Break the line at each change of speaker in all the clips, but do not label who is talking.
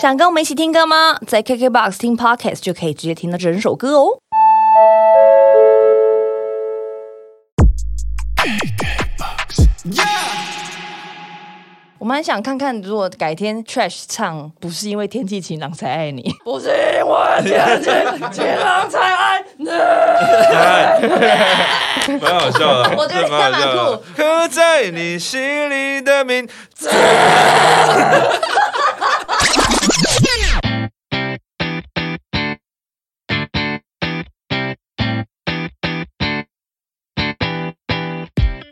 想跟我们一起听歌吗？在 KKBOX 听 Podcast 就可以直接听到整首歌哦。我们还想看看，如果改天 Trash 唱不是因为天气晴朗才爱你，不是因为天气晴朗才爱你。
哎蛮好笑的，
我觉得
真的蛮好笑的
你。
刻在你心里的名字。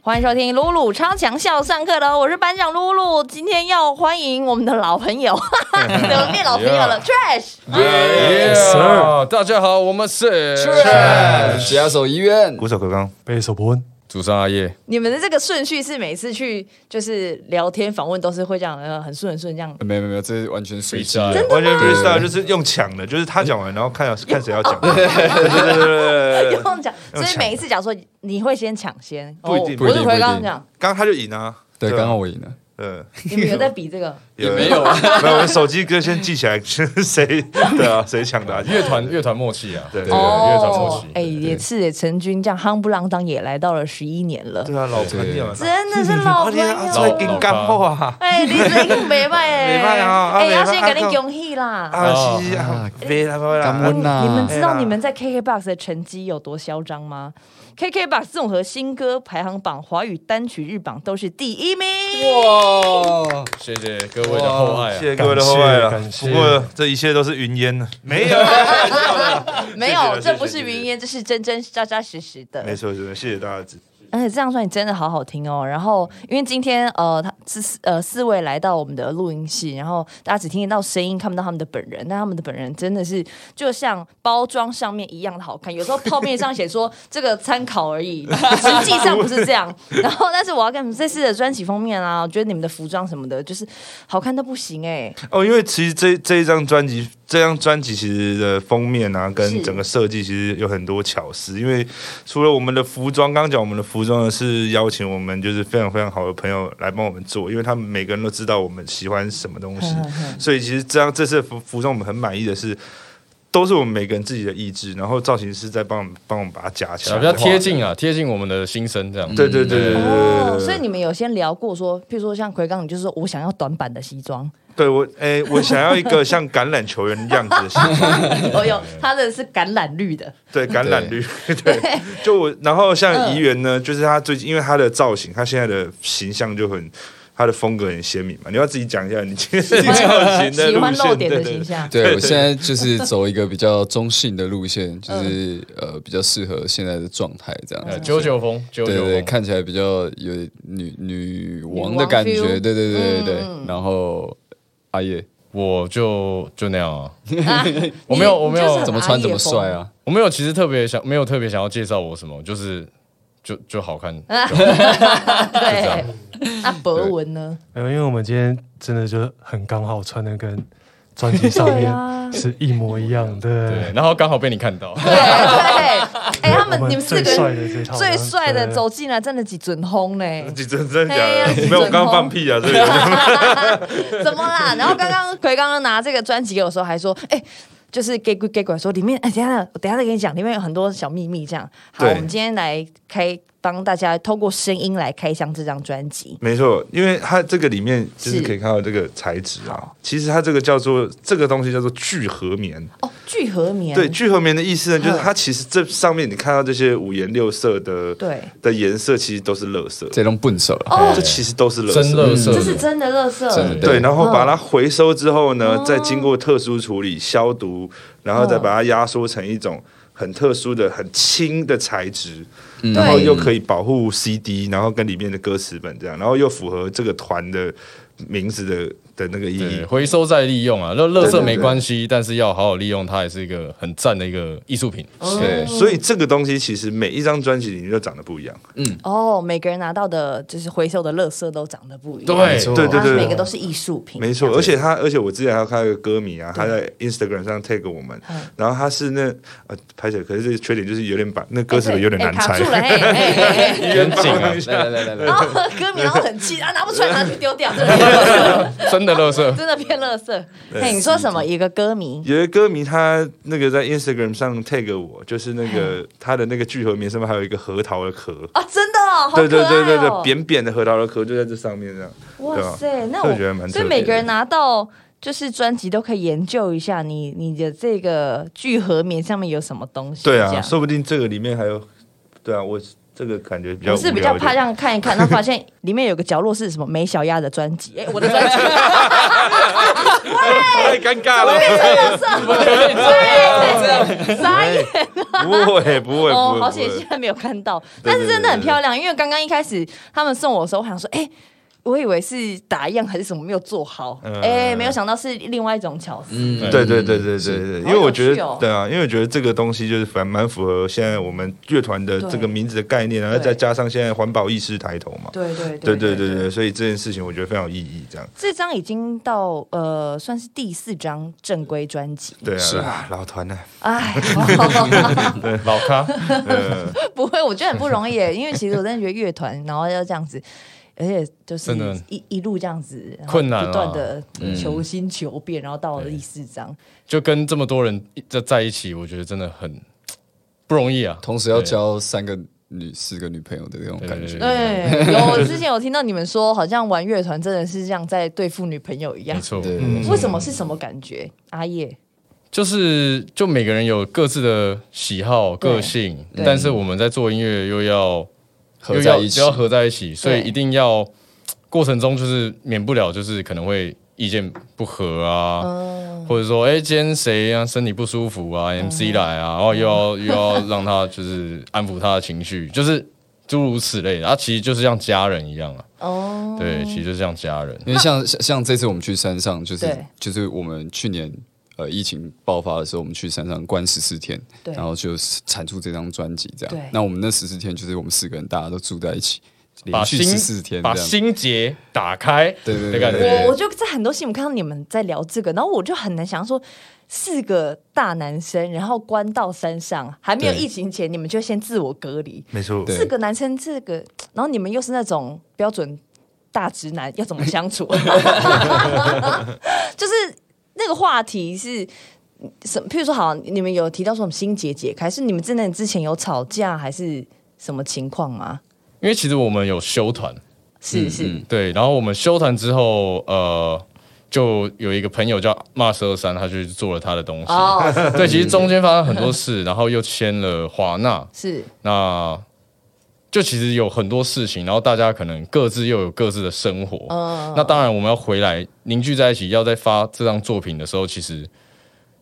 欢迎收听露露超强校上课喽，我是班长露露，今天要欢迎我们的老朋友， 怎么变老朋友了 Trash。
Sir 大家好，我们是
血压手医院，
鼓手可刚，
贝手伯恩，主唱阿叶，
你们的这个顺序是每次去就是聊天访问都是会这样，呃，很顺很顺这样。
没有没有没有，这是完全随机。
完全 freestyle 就是用抢的，就是他讲完，然后看看谁要讲。对对对对对对
不用讲，所以每一次讲说你会先抢先，
不一定
哦
不
我
一
是
定
回
不一
刚
定
讲，
刚刚他就赢啊。
对，
啊
刚好我赢了，
嗯，
你们有在比这个？
也
没有，啊，
没有，我手机歌先记起来，谁对啊，谁抢答？
乐团乐团默契啊，
对对
哦
乐团默契
哎，也是哎，陈军这样夯不啷当也来到了十一年了，
对啊，老朋友啊，
真的是老朋
啊，
友。
在跟干货啊，
哎，你这个没卖 哎，
不错啊
哎，要
不错
先给你恭喜啦！
啊是啊，别啦别
干
啦
温，呐，
你们知
哎
道
呀
你们在 KKBOX 的成绩有多嚣张吗？KKBOX 综合新歌排行榜、华语单曲日榜都是第一名。
哇，
谢谢各位的厚爱啊
谢，谢各位的厚爱了。
感谢
不过这一切都是云烟啊呢，没有，
没
谢谢
有，
谢谢
这不是
谢谢
云烟，这是真真扎扎实实的。
没错，真的谢谢大家的支持。
而且这张专辑真的好好听哦。然后，因为今天呃，他是四呃四位来到我们的录音室，然后大家只听得到声音，看不到他们的本人，但他们的本人真的是就像包装上面一样的好看。有时候泡面上写说这个参考而 已，实际上不是这样。然后，但是我要跟你们这次的专辑封面啊，我觉得你们的服装什么的，就是好看到不行哎、
哦，因为其实这这一张专辑，这张专辑其实的封面啊，
是
跟整个设计其实有很多巧思。因为除了我们的服装，刚刚讲我们的服装呢是邀请我们就是非常非常好的朋友来帮我们做，因为他们每个人都知道我们喜欢什么东西，所以其实这样这次的服服装我们很满意的是。都是我们每个人自己的意志，然后造型师在帮我们帮我们把它夹起来，
比较贴。近啊，贴近我们的心声这样，
嗯
嗯
对对对对对对对
哦，
对
所以你们有先聊过说，譬如说像奎刚，你就说我想要短版的西装，
对我哎，我想要一个像橄榄球员样子的形状。
哦有，他的是橄榄绿的，
对橄榄绿， 对，就我，然后像
嗯
怡园呢，就是他最近，因为他的造型，他现在的形象就很，他的风格很鲜明嘛。你要自己讲一下你今天造型的
喜欢
路
露
线，对
点的
对
形
对，
象。
对我现在就是走一个比较中性的路线，就是呃比较适合现在的状态这样
呃，
子，
九九风，九
对
九
对，
风，
看起来比较有女女王
女
的
王
感
feel
觉，对对对对
嗯
对，然后阿叶
我就就那样啊，我没有我没
你就是
有
很
怎么穿怎么帅啊，
我没有，其实特别想没有特别想要介绍我什么，就是就就好看，
对，那博文呢？
没有，因为我们今天真的就是很刚好穿的跟专辑 上
对
面
啊
是一模一样
对，
嗯
的。
然后刚好被你看到，
对对，哎，他
我
们你们四
最
个
帅
人
的这一套，
最帅的
对
走进来，真的几准轰嘞？
你真真假
哎呀
的？没有，我刚刚放屁啊，这 个
怎么啦？然后刚刚奎刚刚拿这个专辑给我的时候，还说，哎。就是 gay 鬼 gay 鬼说里面，哎，等一下，我等一下再跟你讲，里面有很多小秘密。这样，好，
对
我们今天来开帮大家通过声音来开箱这张专辑。
没错，因为它这个里面就是
是
可以看到这个材质啊，其实它这个叫做这个东西叫做聚合棉，
哦，聚合棉，
对，聚合棉的意思呢，就是
嗯
它其实这上面你看到这些五颜六色的
对
的颜色，其实都是垃圾，
这种笨手了，
哦
这，其实都是垃圾，
真乐色
这，是真的乐色，
真的
对，
对
然后把它回收之后
哦
呢，再经过特殊处理、消毒，然后再把它压缩成一种很特殊的、很轻的材质，
嗯
然后又可以保护 CD，然后跟里面的歌词本这样，然后又符合这个团的名字的的那个意
对，
义。
回收再利用啊，那垃圾
对
没关系，但是要好好利用它，也是一个很赞的一个艺术品。
对，
所以这个东西其实每一张专辑里面都长得不一样，
哦，每个人拿到的就是回收的垃圾都长得不一样，
对
错
对对
它
对，
每个都是艺术品，
没错，而且他，而且我之前还有看到一个歌迷啊，他在 Instagram 上
嗯
tag 我们，然后他是那呃，拍起来，可是这个缺点就是有点把那歌词有点难
哎卡
猜
住了，来，嘿嘿嘿 嘿，
很紧 啊！来来来来
然
来，
后歌迷然后很气啊，拿不出来，拿去丢 掉，真的
真的乐色，
真的变垃圾。嘿，你说什么？一个歌迷，
有一个歌迷他那个在 Instagram 上 tag 我，就是那个他的那个聚合棉上面还有一个核桃的壳，
啊，真的哦，好可爱
对
哦！
对对对对，啊扁扁的核桃的壳就在这上面这样。对
哇
吧
塞，那
这
我
个觉得蛮
所以
特别
每个人
的
拿到就是专辑都可以研究一下你你的这个聚合棉上面有什么东西。
对
这
啊，
样
说不定这个里面还有，对啊，我这个感觉比较
我
无聊
是
一
比
点
较怕这样看一看，然后发现里面有个角落是什么梅小丫的专辑，哎，我的专辑
太尴尬了，
啥意思？
哎不会不会不会，
哦，
不
好
会
险现在没有看到，
对对
但是真的很漂亮，因为刚刚一开始他们送我的时候，我想说，哎。我以为是打样还是什么没有做好，哎、
嗯
没有想到是另外一种巧思。
嗯
对对对对对对，因为我
好
觉
有趣哦
得对啊，因为我觉得这个东西就是反蛮符合现在我们乐团的这个名字的概念，然后
对
再加上现在环保意识抬头嘛，
对对
对对对对，所以这件事情我觉得非常有意义，这样
这张已经到呃，算是第四张正规专辑。
对啊
是
对啊，老团呢，
哎，
老咖，
呃，
不会，我觉得很不容易耶，因为其实我真的觉得乐团，然后要这样子，而且就是
真的
一一路这样子然后
困难啊
不断的
嗯
求新求变，然后到了第四张，
就跟这么多人一在在一起，我觉得真的很不容易啊。
同时要交三个女、四个女朋友的那种
对
感
对
觉
对。
对， 有我之前有听到你们说，好像玩乐团真的是像在对付女朋友一样
没，错，
对，
为什么是什么感觉？阿叶，
就是就每个人有各自的喜好、
对
个性，
对
但是我们在做音乐又要
合在一起
又要又要合在一起，所以
对
一定要过程中就是免不了就是可能会意见不合啊，
嗯
或者说哎、诶今天谁啊身体不舒服啊，MC 来啊，然后又要又要让他就是安抚他的情绪， 就是诸如此类的，啊，其实就是像家人一样啊，
哦，
对，其实就是像家人，
因为像像像这次我们去山上，就是
对
就是我们去年呃疫情爆发的时候，我们去山上关十四天，
对
然后就是产出这张专辑这
对
样。那我们那十四天就是我们四个人大家都住在一起，
把
连续
心
十四天这
把
样。
心结打开，
对对对
的感觉
对对
我我就在很多新闻看到你们在聊这个，然后我就很难想说，四个大男生，然后关到山上，还没有
对
疫情前，你们就先自我隔离。
没错，
对
四个男生，这个，然后你们又是那种标准大直男，要怎么相处？就是那个话题是。什？譬如说，好，你们有提到说什么心结解开，是你们真的之前有吵架，还是什么情况吗？
因为其实我们有修团，
是是，
对，然后我们休团之后，呃，就有一个朋友叫骂十二三，他去做了他的东西。
哦，
对，其实中间发生很多事，然后又签了华纳，
是
那就其实有很多事情，然后大家可能各自又有各自的生活。
嗯
那当然，我们要回来凝聚在一起，要在发这张作品的时候，其实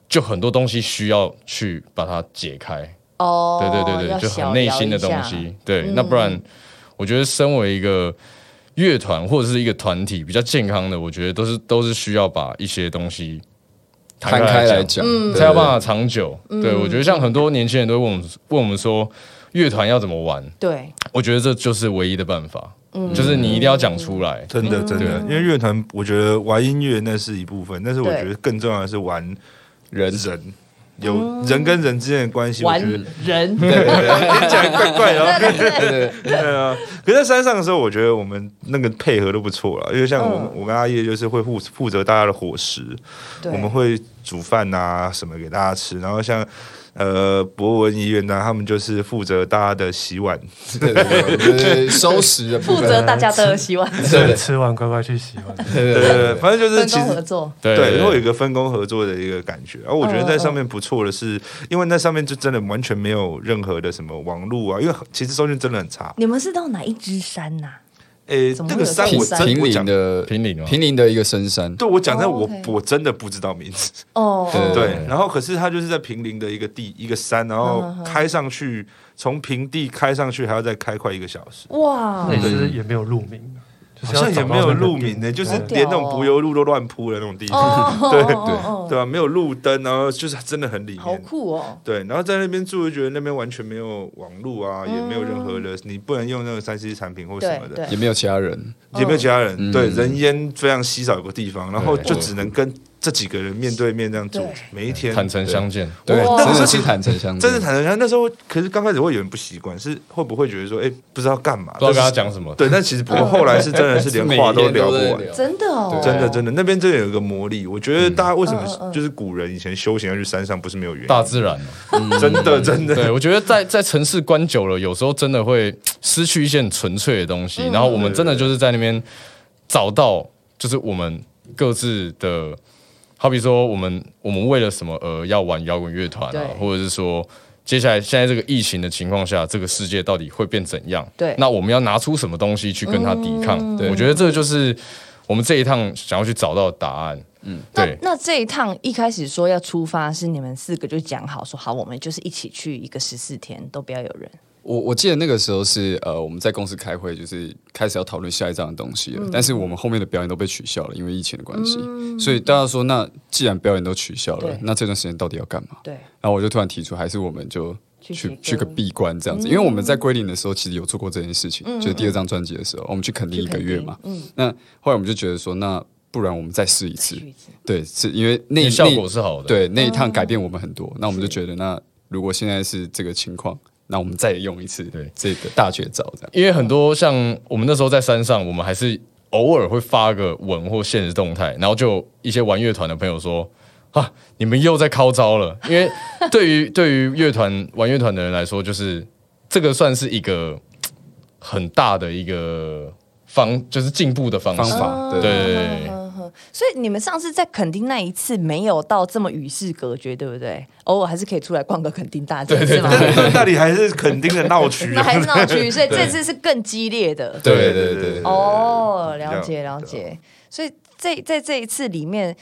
就很多东西需要去把它解开。
哦，
对对对
要
对，就很
小
内
聊
心的
一
东
下嗯
西。对，那不然我觉得身为一个乐团或者是一个团体比较健康的，我觉得都是都是需要把一些东西
摊开来
来，
讲，
嗯
对
才有办法长久。对我觉得像很多年轻人都会问我们问我们说乐团要怎么玩，
对，
我觉得这就是唯一的办法，就是你一定要讲出来。
真
嗯
的真的，因为乐团我觉得玩音乐那是一部分，但是我
对
觉得更重要的是玩
人
人。有
哦
人跟人之间的关系，我
玩
觉得
人，
听起来怪怪 的啊。 对啊，可是在山上的时候，我觉得我们那个配合都不错了，因为像我、
嗯
我跟阿叶就是会负负责大家的伙食，
对
我们会煮饭啊什么给大家吃，然后像。呃，博文医院呢、他们就是负责大家的洗碗，
对对对对对，收拾的
负
部 分，
责大家的洗碗，
对，吃完乖乖去洗碗。
对
对
对对
对，反正就是
分
其
工合
实
作。
对
对，会有
对
一个分工合作的一个感觉。而我觉得在上面不错的是，因为那上面就真的完全没有任何的什么网络啊，因为其实收讯真的很差。
你们是到哪一支山呐、
诶，
怎么
那
会有
个山
这种
我
山
真
平
我
林
讲，
的
平林吗
平林的一个深山，
对我讲真的，
哦
我
OK
我真的不知道名字。
哦，
对
对，然后可是它就是在平林的一个地一个山，然后
嗯
开上去，从平地开上去还要再开快一个小时，
哇
那，也是也没有路名，就
好
是要
像也
找到
没有
那个
路
地
名呢、就是
好屌
连那种
哦
柏油路都乱铺的那种地方，
哦，
对
对
对吧、没有路灯，然后就是真的很里
好
面。
酷哦，
对，然后在那边住就觉得那边完全没有网络啊，也没有任何的，你不能用那个三 C 产品或什
对
么的，
嗯对
也，没有其他人，
嗯
也没有其他人，对，人烟非常稀少一个地方，然后就只能跟这几个人面对面这样做
对，
每一天
坦诚相嗯见，
对，
哇
真的是坦诚相见，
真是坦诚相，那时候可是刚开始会有点不习惯，是会不会觉得说，哎、不知道干嘛，
不知道跟他
但是
讲什么。
对，但其实不
嗯
过后来是真的 是连话都聊不完。
真的哦，
真的，真
的，
的，那边真的有一个魔力。我觉得大家为什么
嗯嗯嗯
就是古人以前修行要去山上，不是没有原
大
因。
自然，
真的，真
对
的，
我觉得在在城市关久了，有时候真的会失去一些很纯粹的东西。然后我们真的就是在那边找到，就是我们各自的，好比说我们我们为了什么而要玩摇滚乐团啊
对，
或者是说。接下来，现在这个疫情的情况下，这个世界到底会变怎样？
对
那我们要拿出什么东西去跟它抵抗？对，我觉得这就是我们这一趟想要去找到的答案。嗯，
那
对，
那这一趟一开始说要出发，是你们四个就讲好说好，我们就是一起去一个十四天，都不要有人。
我我记得那个时候是呃，我们在公司开会，就是开始要讨论下一张的东西了。但是
嗯
我们后面的表演都被取消了，因为疫情的关系。所以大家说，那既然表演都取消
对
了，那这段时间到底要干嘛？
对，
然后我就突然提出，还是我们就
去
去
写
去个
歌嗯
闭关这样子，因为我们在归零的时候其实有做过这件事情，就是第二张专辑的时候，我们去垦丁一个月嘛。
嗯
那后来我们就觉得说，那不然我们再试一次
试一次。
对，是因为那
效
那
果是好的。
对，那一趟改变我们很多。那我们就觉得，那如果现在是这个情况，那我们再用一次
对
这个大绝招，这样。
因为很多像我们那时候在山上，我们还是偶尔会发个文或现实动态，然后就有一些玩乐团的朋友说。啊！你们又在靠招了，因 为对于对于乐团玩乐团的人来说，就是这个算是一个很大的一个方，就是进步的方
方
式。
哦
法对
对对对对
嗯所以你们上次在垦丁那一次没有到这么与世隔绝，对不对？偶尔还是可以出来逛个垦丁大街，是吗？
但但 那里还是肯定的闹区
那
啊。
还是 闹区，所以这次是更激烈的。
对对对对
哦，了
比
解
较啊
了解。所以这在这一次里面，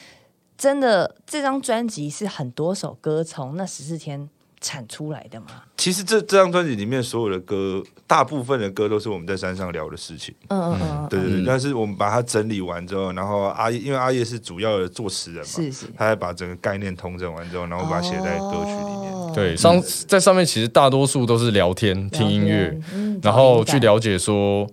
真的这张专辑是很多首歌从那十四天产出来的嘛？
其实这这张专辑里面所有的歌，大部分的歌都是我们在山上聊的事情。
嗯嗯嗯，
对对对，但是我们把它整理完之后，然后阿叶，因为阿叶是主要的作词人
是
嘛，
是。
他还把整个概念统整完之后，然后把它写在歌曲里面。
哦
对，上在上面其实大多数都是聊天、听音乐，，
嗯
然后去了解说，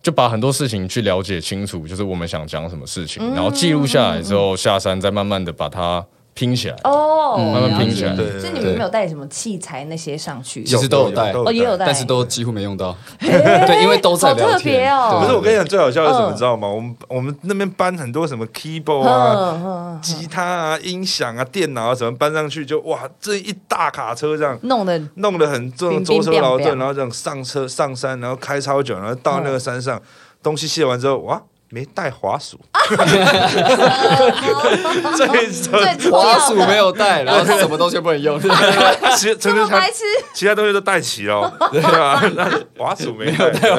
就把很多事情去了解清楚，就是我们想讲什么事情，
嗯
然后记录下来之后，下山再慢慢的把它拼起来。
哦，
嗯慢慢拼起来
了解
对对对
所以你们没有带什么器材那些上去？
其实都有带
哦，也有带，
但是都几乎没用到，对，因为都在
好
聊
特别
天。
哦
不
对
是我跟你讲，最好笑的是什么，
嗯
知道吗？我们我们那边搬很多什么 keyboard 啊、
嗯嗯，
吉他啊、音响啊、电脑啊什么搬上去，就哇，这一大卡车这样。
弄 的
弄得很重，
冰冰
舟车劳
冰冰
顿，然后这样上车上山，然后开超久，然后到那个山上，
嗯
东西卸完之后，哇，没带 滑鼠，这一种
最重
滑
要
鼠
的
没有带，然后什么东西都不能用，
其
这
陈
么
志
白
才
痴，
其他东西都带齐了哦，对吧？ 那滑鼠没带，对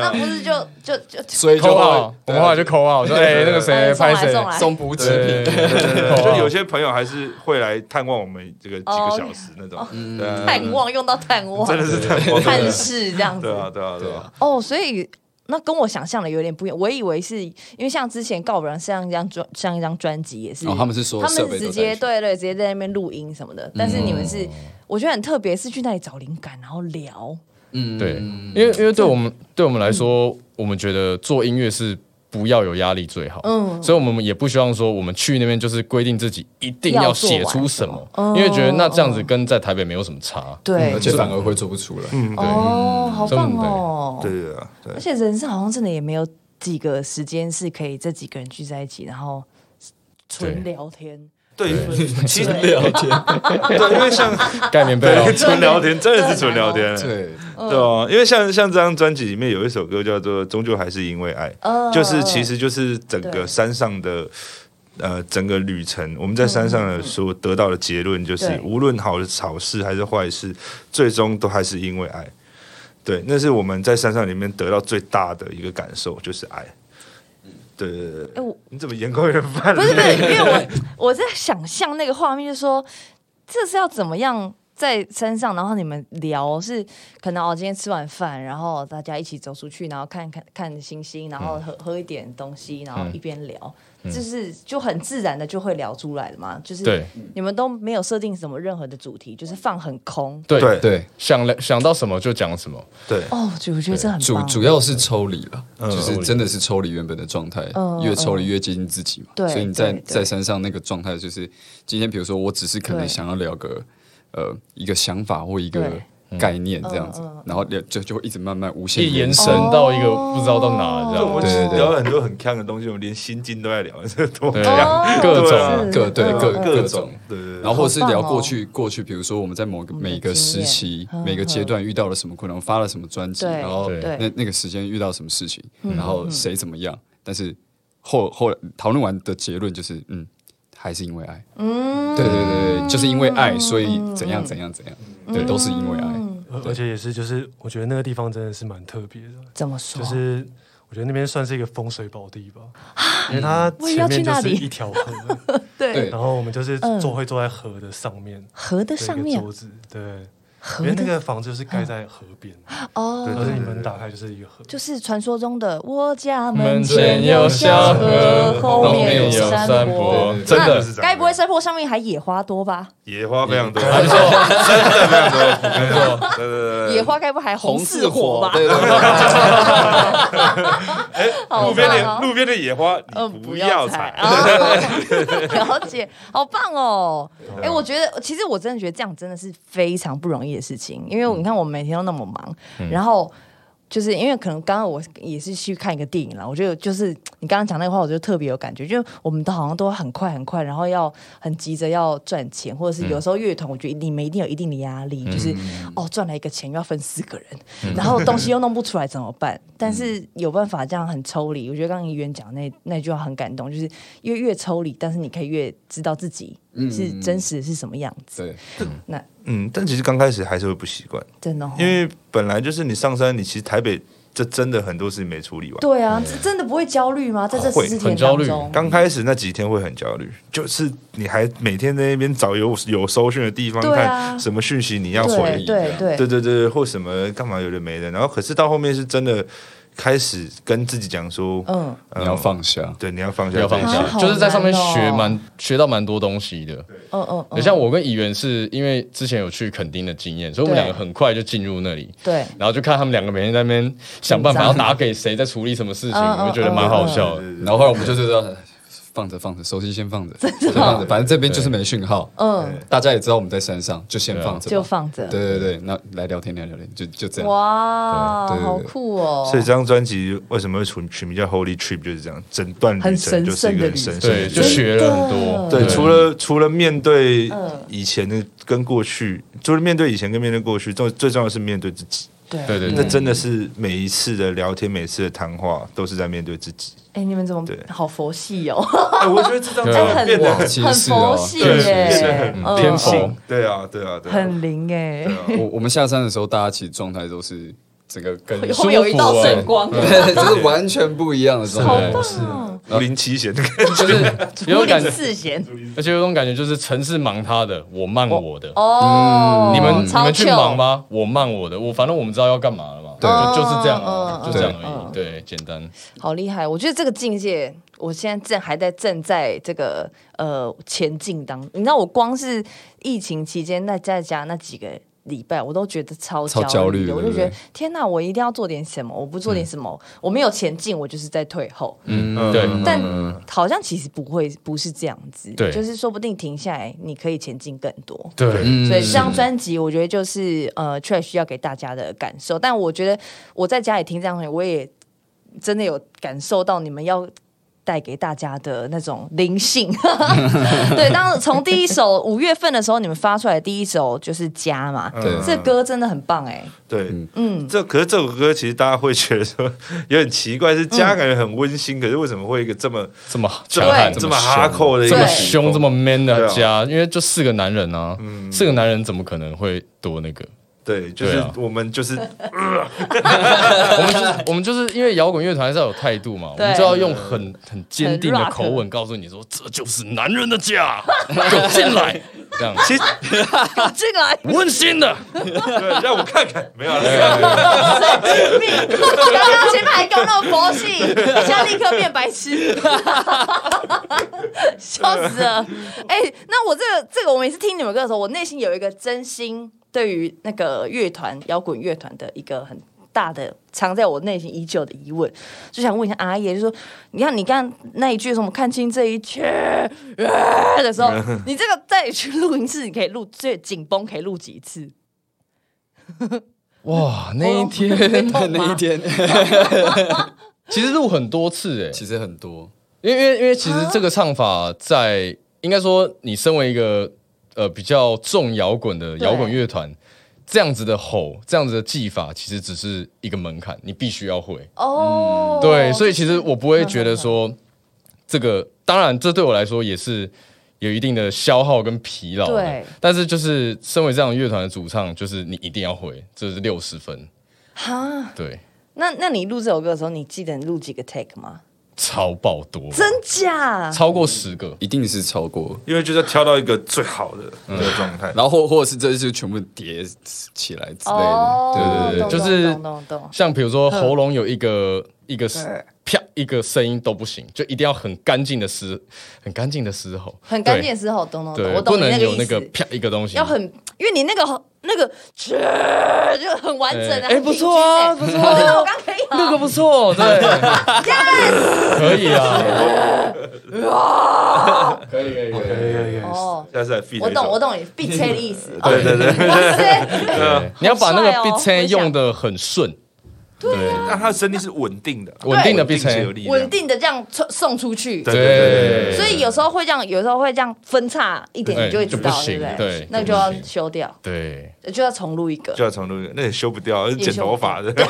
那
啊，
不是就就就
所以就
扣号，啊我
对
们后来就扣号，说哎，那个谁
哎送
拍
来
谁，
送来
送补给
对，
品。
对
对对
对
对
扣
就
号
有些朋友还是会来探望我们这个几个小时那
哦
种，对啊
探望用到探望，
真的是探望，
探视这样子
对。啊，对啊，对啊。
哦，所以那跟我想象的有点不一样。我以为是因为像之前告五人上一张专上一张专辑也是，
哦他们是说
他们
设备
是直
都
接
带去
对对直接在那边录音什么的，但是你们是。我觉得很特别，是去那里找灵感，然后聊。
嗯，
对，因为因为对我们
嗯
对我们来说，我们觉得做音乐是不要有压力最好。嗯，所以我们也不希望说我们去那边就是规定自己一定要写出什么，因为觉得那这样子跟在台北没有什么差。
哦对
而，且反而会做不出来。
哦，好
真的
棒哦！
对对啊对
而，且人生好像真的也没有几个时间是可以这几个人聚在一起，然后纯聊天。
对， 其实
聊天，
对，因为像
盖棉被哦，
纯聊天，真的是纯聊天，
对，
对哦，因为像像这张专辑里面有一首歌叫做《终究还是因为爱》，
嗯
就是其实就是整
对
个山上的。呃，整个旅程，我们在山上的所得到的结论就是，
对
无论好好事还是坏事，最终都还是因为爱。对，那是我们在山上里面得到最大的一个感受，就是爱。
哎
对对对对，
我
你怎么眼眶有点泛
不
泪？
是不是，因为我我在想象那个画面，就说这是要怎么样在山上，然后你们聊是可能哦，今天吃完饭，然后大家一起走出去，然后看看看星星，然
嗯
后喝、喝一点东西，然后一边聊，就是就很自然的就会聊出来了嘛。就是
对
你们都没有设定什么任何的主题，就是放很空。
对
对
对，
想想到什么就讲什么，
对，
哦，就我觉得这很
主
棒。
主要是抽离了，就
嗯抽
是
离
真的是抽离原本的状态，
嗯
越抽离越接近自己嘛。
对
所以你在
对对
在山上那个状态，就是今天比如说我只是可能
对
想要聊个呃一个想法或一个
对
概念这样子
嗯嗯嗯，
然后聊就就会一直慢慢无限
一延
延
伸
伸。
到一个不知道到哪这
对，
样
哦
我
对
其实
对对
聊了很多很看的东西，我连心经都在聊，这多
对
看
哦
各种
对啊
各对
嗯
各
嗯
各
各
种
种，
对对对，
然后或者是
好棒
聊
哦
过去过去，比如说我们在某个
们的
每个时期
经验、嗯
每个阶段遇到了什么困难，我发了什么专辑，
对
然后
对嗯
那那个时间遇到什么事情，然后谁怎么样，但是后后来讨论完的结论就是，嗯，还是因为爱，嗯，对对对对，就是因为爱，所以
嗯
怎样怎样怎样，对，都是因为爱，
而而且也是就是，我觉得那个地方真的是蛮特别的，
怎么说？
就是我觉得那边算是一个风水宝地吧，因为它
啊我也要
前
去
面就
那
是
里
一 条河，
对
对
然后我们就是坐会坐在河的上面，
河的
的
上面
桌子，对，
河
因为那
的
个房子就是盖在河边，
哦，
而且你门打开就是一个河，
就是传说中的我家门
门
前
前
有
有
小
小
河
河，
后
后
面
面
有
有
山
山
坡
坡，
那
真的
是这样
该不会山坡上面还野花多吧？
野花非常多，
没错，没错，
对对对
野花该不会还红似火吧？
对对对，
好
路边
棒
的
哦
路边的野花，
嗯，
你
不
不
要
要
踩
采，
哦了解，好棒哦！哎，我觉得其实我真的觉得这样真的是非常不容易的事情，因为你看我每天都那么忙，然后。就是因为可能刚刚我也是去看一个电影了，我觉得就是你刚刚讲那话，我就特别有感觉，就是我们都好像都很快很快，然后要很急着要赚钱，或者是有时候乐团，我觉得你们一定有一定的压力，就是哦赚了一个钱又要分四个人，然后东西又弄不出来怎么办？但是有办法这样很抽离，我觉得刚刚怡媛讲那那句话很感动，就是越越抽离，但是你可以越知道自己是真实是什么样子，
对
那
嗯，但其实刚开始还是会不习惯，
真的、哦，
因为本来就是你上山，你其实台北这真的很多事情没处理完。
对啊，这真的不会焦虑吗？在这
会
十四天
很焦
当
虑
中，
刚开始那几天会很焦虑，就是你还每天在那边找有有搜讯的地方
对啊
看什么讯息你要回
对
应，
对对
对对对，或什么干嘛有的没的。然后可是到后面是真的开始跟自己讲说，
嗯，
呃
你要，放下，
对，你要放下，
要放
啊
下
好，
就是在上面学
难哦
蛮学到蛮多东西的。
嗯嗯
也
嗯，
像我跟议员是因为之前有去垦丁的经验，所以我们
对
两个很快就进入那里，
对，
然后就看他们两个每天在那边想办法
紧
要
张
打给谁，在处理什么事情，
嗯嗯
我就觉得蛮好笑的。
然后后来我们就知道。放着放着，手机先放着，先放着，反正这边就是没讯号。
嗯，
大家也知道我们在山上，就先放着吧，
就放着，
对对对，那来聊天聊聊天，就就这样。
哇，
对对对
好
对
酷哦！
所以这张专辑为什么会取取名叫 Holy Trip，就是这样，整段旅程就是一个很神圣的
对，
旅
就
程。
学了很多。
对，除了除了面对以前的跟过去，除了面对以前跟面对过去，最最重要的是面对自己。
对
对对
那
对，
真的是每一次的聊天，每一次的谈话，都是在面对自己。
哎，你们怎么
对
好佛系哦？
哎，我觉得这张
对啊
真的变得
哇
很
其
很
实是
佛
哦，
系
对
耶，
变得很
嗯
天
性
性
嗯
对啊，对啊，对啊，
很灵哎，
我我们下山的时候，大家其实状态都是整个跟
啊后面有一道圣光，
对，就是完全不一样的状
好
态
棒。
武林七贤的感觉。
就是有
有
种感
点
觉，嗯
四弦
而且有种感觉就是城市忙他的，我慢我的。
哦。
你们你
超
们去忙
chill
吗？我慢我的，我反正我们知道要干嘛了嘛，对，就就是这样啊，
嗯
就这样而已，对，简单。
好厉害！我觉得这个境界，我现在正还在正在这个呃前进当。你知道，我光是疫情期间那在家那几个礼拜，我都觉得超
超
焦虑的，
焦虑
我
对
就
不
觉得
对
天哪，我一定要做点什么，我不做点什么，我没有前进，我就是在退后。
嗯
对
但好像其实不会，不是这样子，
对
就是说不定停下来，你可以前进更多。
嗯
对，
嗯
所以这张专辑，我觉得就是呃，Trash 要给大家的感受。但我觉得我在家里听这样，我也真的有感受到你们要带给大家的那种灵性。 对，当从第一首五月份的时候，你们发出来的第一首就是《家》嘛，
对
这歌真的很棒哎、
对，嗯，这可是这首歌其实大家会觉得说有点奇怪，是家感觉很温馨，可是为什么会一个这么
这么
这
强悍
么
对，
这么哈扣的一
这
个
么
凶这么 man
对
的
啊嗯
家，因为就四个男人啊，四个男人怎么可能会多那个？
对，就是
对啊
我们就是
我们就是我们就是因为摇滚乐团还是要有态度嘛，我
对
们就要用很很坚定
很
的
rock
口吻告诉你说，这就是男人的家，给我进来，这样
其实
进来，
温馨的。
对，让我看看，没有 啦
神经病！刚刚前面还搞那么佛系，现在立刻变白痴，笑死了！哎、那我这个这个，我每次听你们歌的时候，我内心有一个真心对于那个乐团摇滚乐团的一个很。大的藏在我内心已久的疑问，就想问一下阿叶，就说，你看你刚刚那一句什么看清这一切、呃的时候，你这个带你去录音室，你可以录最紧绷，可以录几次？
哇，那一
会
天
痛
那
吗
一？天
其实录很多次哎、
其实很多，
因为因为因为其实这个唱法在应该说，你身为一个呃比较重摇滚的摇滚乐团，这样子的吼，这样子的技法，其实只是一个门槛，你必须要会。
哦，
对，所以其实我不会觉得说这个，当然这对我来说也是有一定的消耗跟疲劳的
对。
但是就是身为这样的乐团的主唱，就是你一定要会，这是六十分。
哈，
对，
那那你录这首歌的时候，你记得你录几个 take 吗？
超爆多，
真假？
超过十个。
一定是超过，
因为就是要挑到一个最好的那
嗯
个状态。
然后或或者是这就是全部叠起来之类的，对对对
哦懂
对，
就
懂
是
懂懂懂。
像比如说
嗯
喉咙有一个一个啪一个声音都不行，就一定要很干净的嘶，很干净的嘶吼，
很干净的时候，懂懂
对，
懂，
对，
我懂
不
你
能有
个
那
意
个
思，
啪一个东西，
要很，因为你那个那个切就很完整啊。
哎
很
不
平均
错啊
哎
不错
我觉得我刚可以
那
啊
个不错，对，可以啊， 可以可以可以。
哦，
下次来 feed
我懂我
懂，
懂你必吹的意 思。
对对对，
对，
对你要把那个
好帅哦
beat
我
chain
也想
用的很顺，对，
但他的声音是稳定的，
稳定的 beat
并且有
chain，
力
稳
量。
定的这样送送出去。
对
对，
所以有时候会这样，有时候会这样分叉一点，
哎
你就会知道，
就不
对
行
不
对
那就要修掉，
对
就要重录一个。
就要重录，那也修不掉，是
也修
剪
不
头发的。
对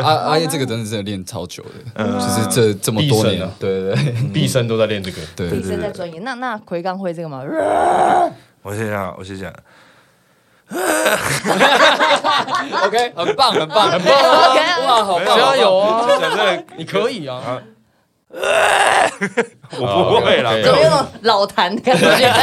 阿阿叶这个真的是真的练超久的，就是这这么
毕
多
生
年
啊，
对对对
毕生都在练这个，
对
毕生在钻研。那那奎刚会这个吗？
哦
我先想，我先想，
，OK，很棒很棒很棒，
哇
好
加油啊，
讲这
你可以啊，
我不会啦，
哦 OK，OK
没
有没
有
有那种老痰 的感觉？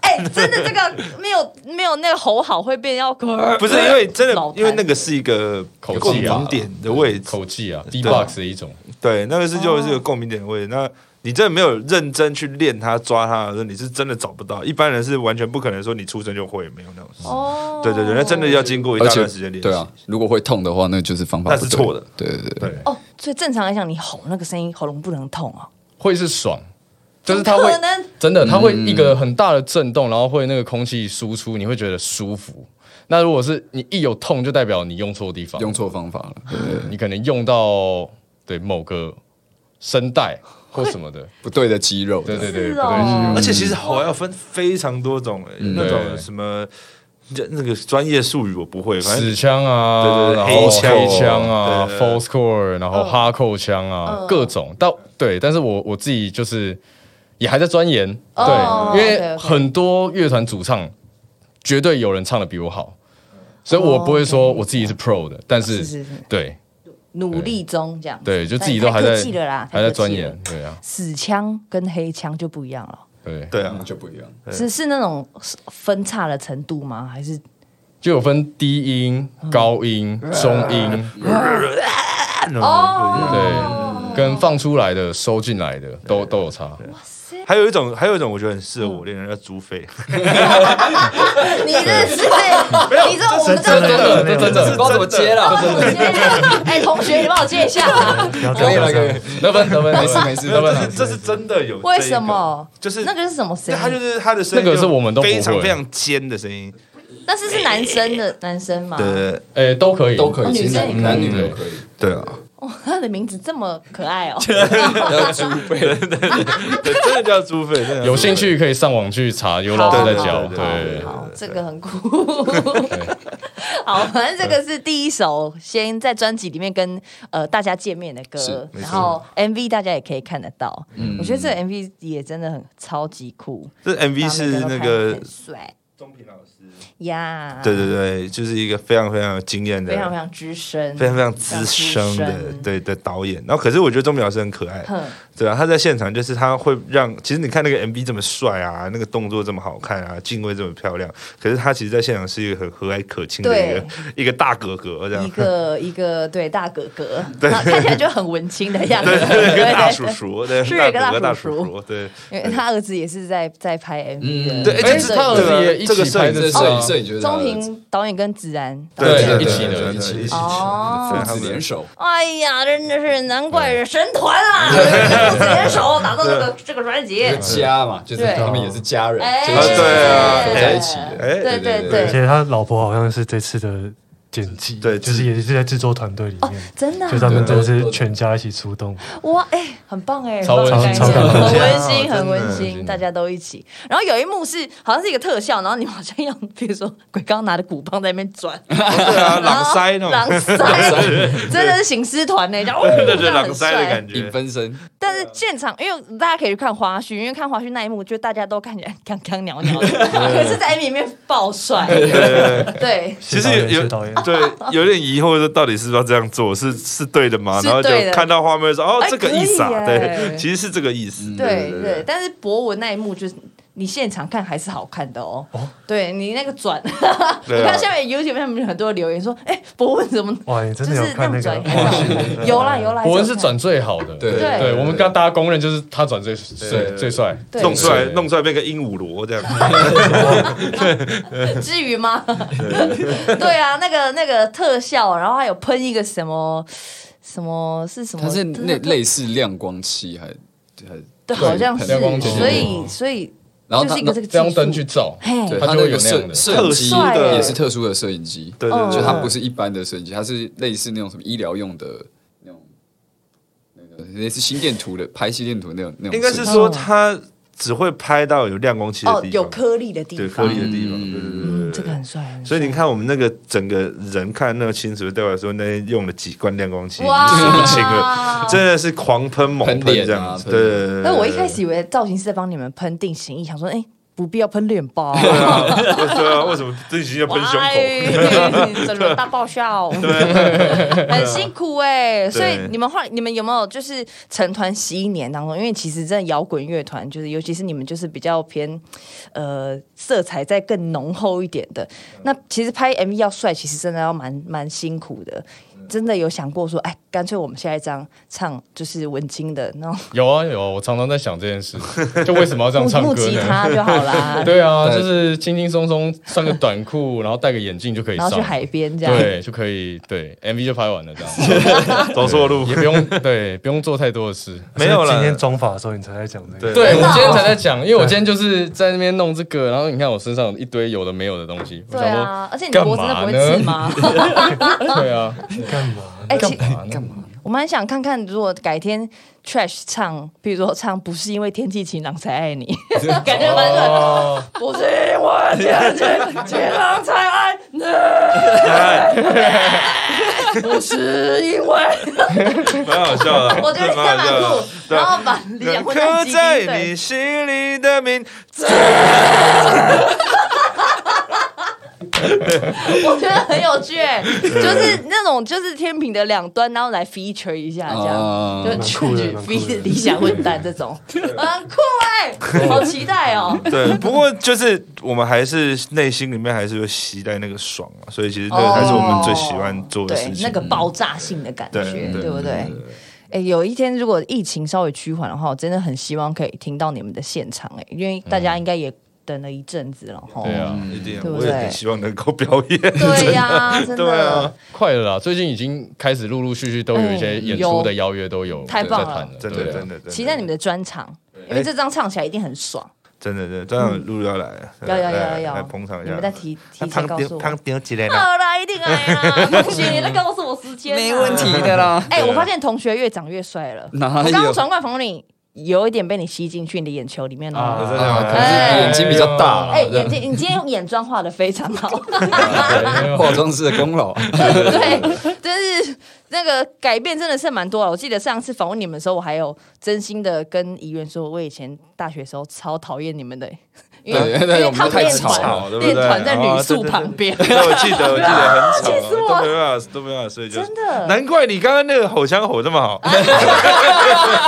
哎，真的这个没有没有那个吼好会变要
不是因为真
老
的，
痰
因为那个是一个
口
共
技啊
鸣点的位置，
口技
嗯
啊，D box 的一种，
对，那个是就是一个共鸣点的位置。
哦
那你真的没有认真去练它、抓它的时候，你是真的找不到。一般人是完全不可能说你出生就会，没有那种事。
哦
对对对，那真的要经过一
而
大段时间
且
练习。
对啊，如果会痛的话，那就是方法
那
不
是
对
错的，
对对对。
对，
哦，所以正常来讲，你吼那个声音喉咙不能痛啊。
会是爽。就是它会
怎么可能
真的，它会一个很大的震动，然后会那个空气输出，你会觉得舒服。那如果是你一有痛，就代表你用错地方，
用错方法了，对对对
你可能用到对某个声带或什么的，
不对的肌肉，
对对对，
是
不对劲
哦
而，且其实吼要分非常多种，那种
对
什么那那个专业术语我不会，反正
死枪啊，
对对对
然
黑
后
枪
黑枪啊
对对对
，false core，然后哈扣枪啊
哦嗯，
各种到对，但是我我自己就是也还在钻研，
哦
对，因为
OK，OK
很多乐团主唱绝对有人唱的比我好，所以我不会说我自己是 pro 的，但
哦是是
是
是
对
努力中这样。
对，就
但
自己
你
都
太
还
客
在
气了啦，太
还在
客气
钻
了
研，对啊，
死腔跟黑腔就不一样了，
对，
对
嗯
啊，
就不一样。
是是那种分叉的程度吗？还是
就有分低音、
嗯
高音、中音，
哦，
嗯对，跟放出来的、收进来的都都有差。
还有一种，还有一种我觉得很适合我练的，叫猪肺。
你这是，你这我们这个。
呃这真的
不知道怎么 接了，
哦哎，同学，你帮我借一下啊。
不要这
可以
样
了，
不要这
可以
样
了。
得分得分，
没事没事
没有，
得分
这
了
是。这是真的有这一个。
为什么？
就是
那个是什么声
那
音？
他就是他的声音，
那个是我们都不会
非常非常尖的声音。
但是是男生的男生嘛？
对
哎，都可以，
都可以，
女
其实
生也可以
男男女都可以。
对啊，
哦， 他的名字这么可 爱哦。
要猪背，
对，真的叫猪肺，真的叫猪肺
有兴趣可以上网去查，有老师在教。
对对
对，
好，这个很酷。 好，反正这个是第一首，先在专辑里面跟呃大家见面的歌
是，
然后 MV 大家也可以看得到。
嗯
我觉得这个 MV 也真的很超级酷，
这 MV 是
然后每
那
个人都拍得
个
很帅。
钟平老师，
呀，
对对对，就是一个非常非常有经验的，
非常非常资深，
非常非常资深
非常
的
资深
对的导演。然后，可是我觉得钟明老师很可爱
哼，
对啊，他在现场就是他会让，其实你看那个 MV 这么帅啊，那个动作这么好看啊，敬畏这么漂亮，可是他其实在现场是一个很和蔼可亲的一个一个大哥哥这样
一。个一个对大哥哥，然后看起来就很文青的样子，
对 对，跟大
对
叔叔，对，
是一个
大哥哥
大
大
叔
叔叔，对，
因为他儿子也是在在拍
嗯
MV 的，
对，哎，
哎
这
他儿子
对啊
也一起
这个摄
拍
影
的
师
是
摄
啊
影哦摄影就是他
钟
的儿子
哦平导演跟子然，
对
对
一起
对
的
对
一起
对
的
一起
哦
对
父子联手，
哎呀，真的是难怪是神团啊，联手打造这个这个专辑
一个，家嘛，就是
对
他们也是家人，
哎
就是
对啊
合在一起的，
哎
对对
而
对，
且他老婆好像是这次的剪辑，
对
就是也是在制作团队里面，
真的啊
就他们都是全家一起出动，
哦
哇，哎，很棒哎，
超
很棒很
温馨
超
很
感
温
人
馨，
真的
很温
真
馨，
的
大家都一起。然后有一幕是好像是一个特效，然后你们好像用， 比如说鬼刚拿着鼓棒在那边转，
对啊，
然
狼
后
塞那种，
狼塞，真的是行尸团哎哦那种，
对 对，
狼
狼塞的感
影
觉，
分身，
但是现场，因为大家可以去看花絮，因为看花絮那一幕，就大家都看起来刚刚袅袅的，可是在 M 里面爆帅，对，
其实
谢导演
有
谢导演
对，有点疑惑，说到底是不是要这样做，是是对的吗？
是
然后就
对的
看到画面说，哦
哎，
这个意思啊，
可以耶
对，其实是这个意思，
对
对
对，，但是博文那一幕就是。你现场看还是好看的哦，对你那个转，
对啊
你看下面 YouTube 上面很多留言说，哎，博文怎么
哇，你真
就
的有
是那
看
么
那
转
个？
也很好看？有啦有啦，
博文
还
是
有看
转最好的，
对
对
对，我们跟大家公认就是他转最
对
最最帅，
对
弄出来
对
弄出来变个鹦鹉 螺这样，
至于吗？对啊，那个那个特效，然后还有喷一个什么什么是什么？
它是
对
那类似亮光漆，还还
对，好像是，
对
亮光
所以所以
然后
就
它
是一个这个技
这样
术
灯去照，
嘿
对，
它
它
就
那
会有
个
那样
摄
的
摄影机
特殊的
也是特殊的摄影机，
对对
嗯
对，
就
对
它不是一般的摄影机，它是类似那种什么医疗用的那种，那个类似心电图的拍心电图那种那种摄
应
影机，
该是说它只会拍到有亮光器的
哦，
地
有
方，
颗粒的地
对
方
颗，粒的地方，对对对
嗯，
对
这
对
个
对。
很帅，很帅
所以你看，我们那个整个人看那么清楚，对我来说，那天用了几罐亮光器，
哇
数不清 了，真的是狂喷猛
喷
喷
脸
这
啊
样子。
喷
对对对对，
那我一
对
开始以为造型师在帮你们喷定型液，想说，哎，不必要喷脸吧？
对啊， 对啊，为什么最近要喷 胸
哎
口？
口，整个大爆笑，很辛苦哎、所以
对
你们后来你们有没有就是成团十一年当中，因为其实真的摇滚乐团就是，尤其是你们就是比较偏呃色彩再更浓厚一点的，那其实拍 MV 要帅，其实真的要蛮蛮辛苦的。真的有想过说，哎，干脆我们下一张唱就是文青的那种
有啊有啊，我常常在想这件事，就为什么要这样唱
木木
歌
吉
呢？，
他就好啦
对啊，
对
就是轻轻松松穿个短裤，然后戴个眼镜就可以
然后
上
去，海边这样。
对，就可以对 MV 就拍完了这 样。
走错 路
也。不用对，不用做太多的事。
没有啦
今天装法的时候你才在讲这
哦
个，
对
对，我今天才在讲，因为我今天就是在那边弄这个，然后你看我身上有一堆有的没有的东西，我
对
想
啊
说，，
而且你的脖子那不会刺 吗？
对啊，
干嘛？
哎，其
干嘛？
我们很想看看，如果改天 Trash 唱，比如说唱《不是因为天气晴朗才爱你》， 感觉蛮准。
哦，
不是因为天气晴朗才爱你，
哎
不是因为，
蛮好笑的，
我觉得
真的
下
蛮
马
好笑
路
的，。对
然
啊
后把理想混蛋
刻
基
在
金
你
对。
心里的名字。
我觉得很有趣、欸，就是那种就是天平的两端，然后来 feature 一下这样，
嗯
哦
就
蛮酷的
feature
蛮酷的
feature 理想混蛋这 种，很酷哎、好期待哦、
对，不过就是我们还是内心里面还是会期待那个爽啊，所以其实那个还是我们最喜欢做的事
哦对
情。嗯
那个爆炸性的感觉，
对
对
对
不
对
对？哎、有一天如果疫情稍微趋缓的话，我真的很希望可以听到你们的现场、哎，因为大家应该也等了一阵子了，哈、
对啊，
嗯一定，
对不
我
对
也很希望能够表演。
对呀、 真的，
对啊
快了啦！最近已经开始陆陆续续都有一些演出的邀约，都有
嗯太棒了
在谈
真的，
对啊
真的，真的
期待你们的专场，因
哎
为这张唱起来一定很爽。
真的，真的，这样路要来，
要要
来
要要
来
要，
捧场一
你
下
们再。提提
那
前
胖
告诉
丢
我。
胖丢起来了，
好啦，一定来 啦！同学，你在告诉我时间、啊没问题。
的啦，
哎、我发现同学越长越帅了。
哪
我
有
刚刚传过冯你，有一点被你吸进去你的眼球里面
啊
了。
哎
真的
啊，可
吗？
是眼睛比较大，
哎、眼睛，你今天眼妆画的非常好，
化妆师的功劳。
对，就是那个改变真的是蛮多了。我记得上次访问你们的时候，我还有真心的跟怡媛说，我以前大学的时候超讨厌你们的、因为
对
因
对
为
我们
他
太
练
吵
团
了对不
练
对
团在
哦
女宿
对对
旁边，
对，我记得，我记得很吵，啊
气死我
都没办法，都没办法睡觉。
真的
难怪你刚刚那个吼腔吼那么好，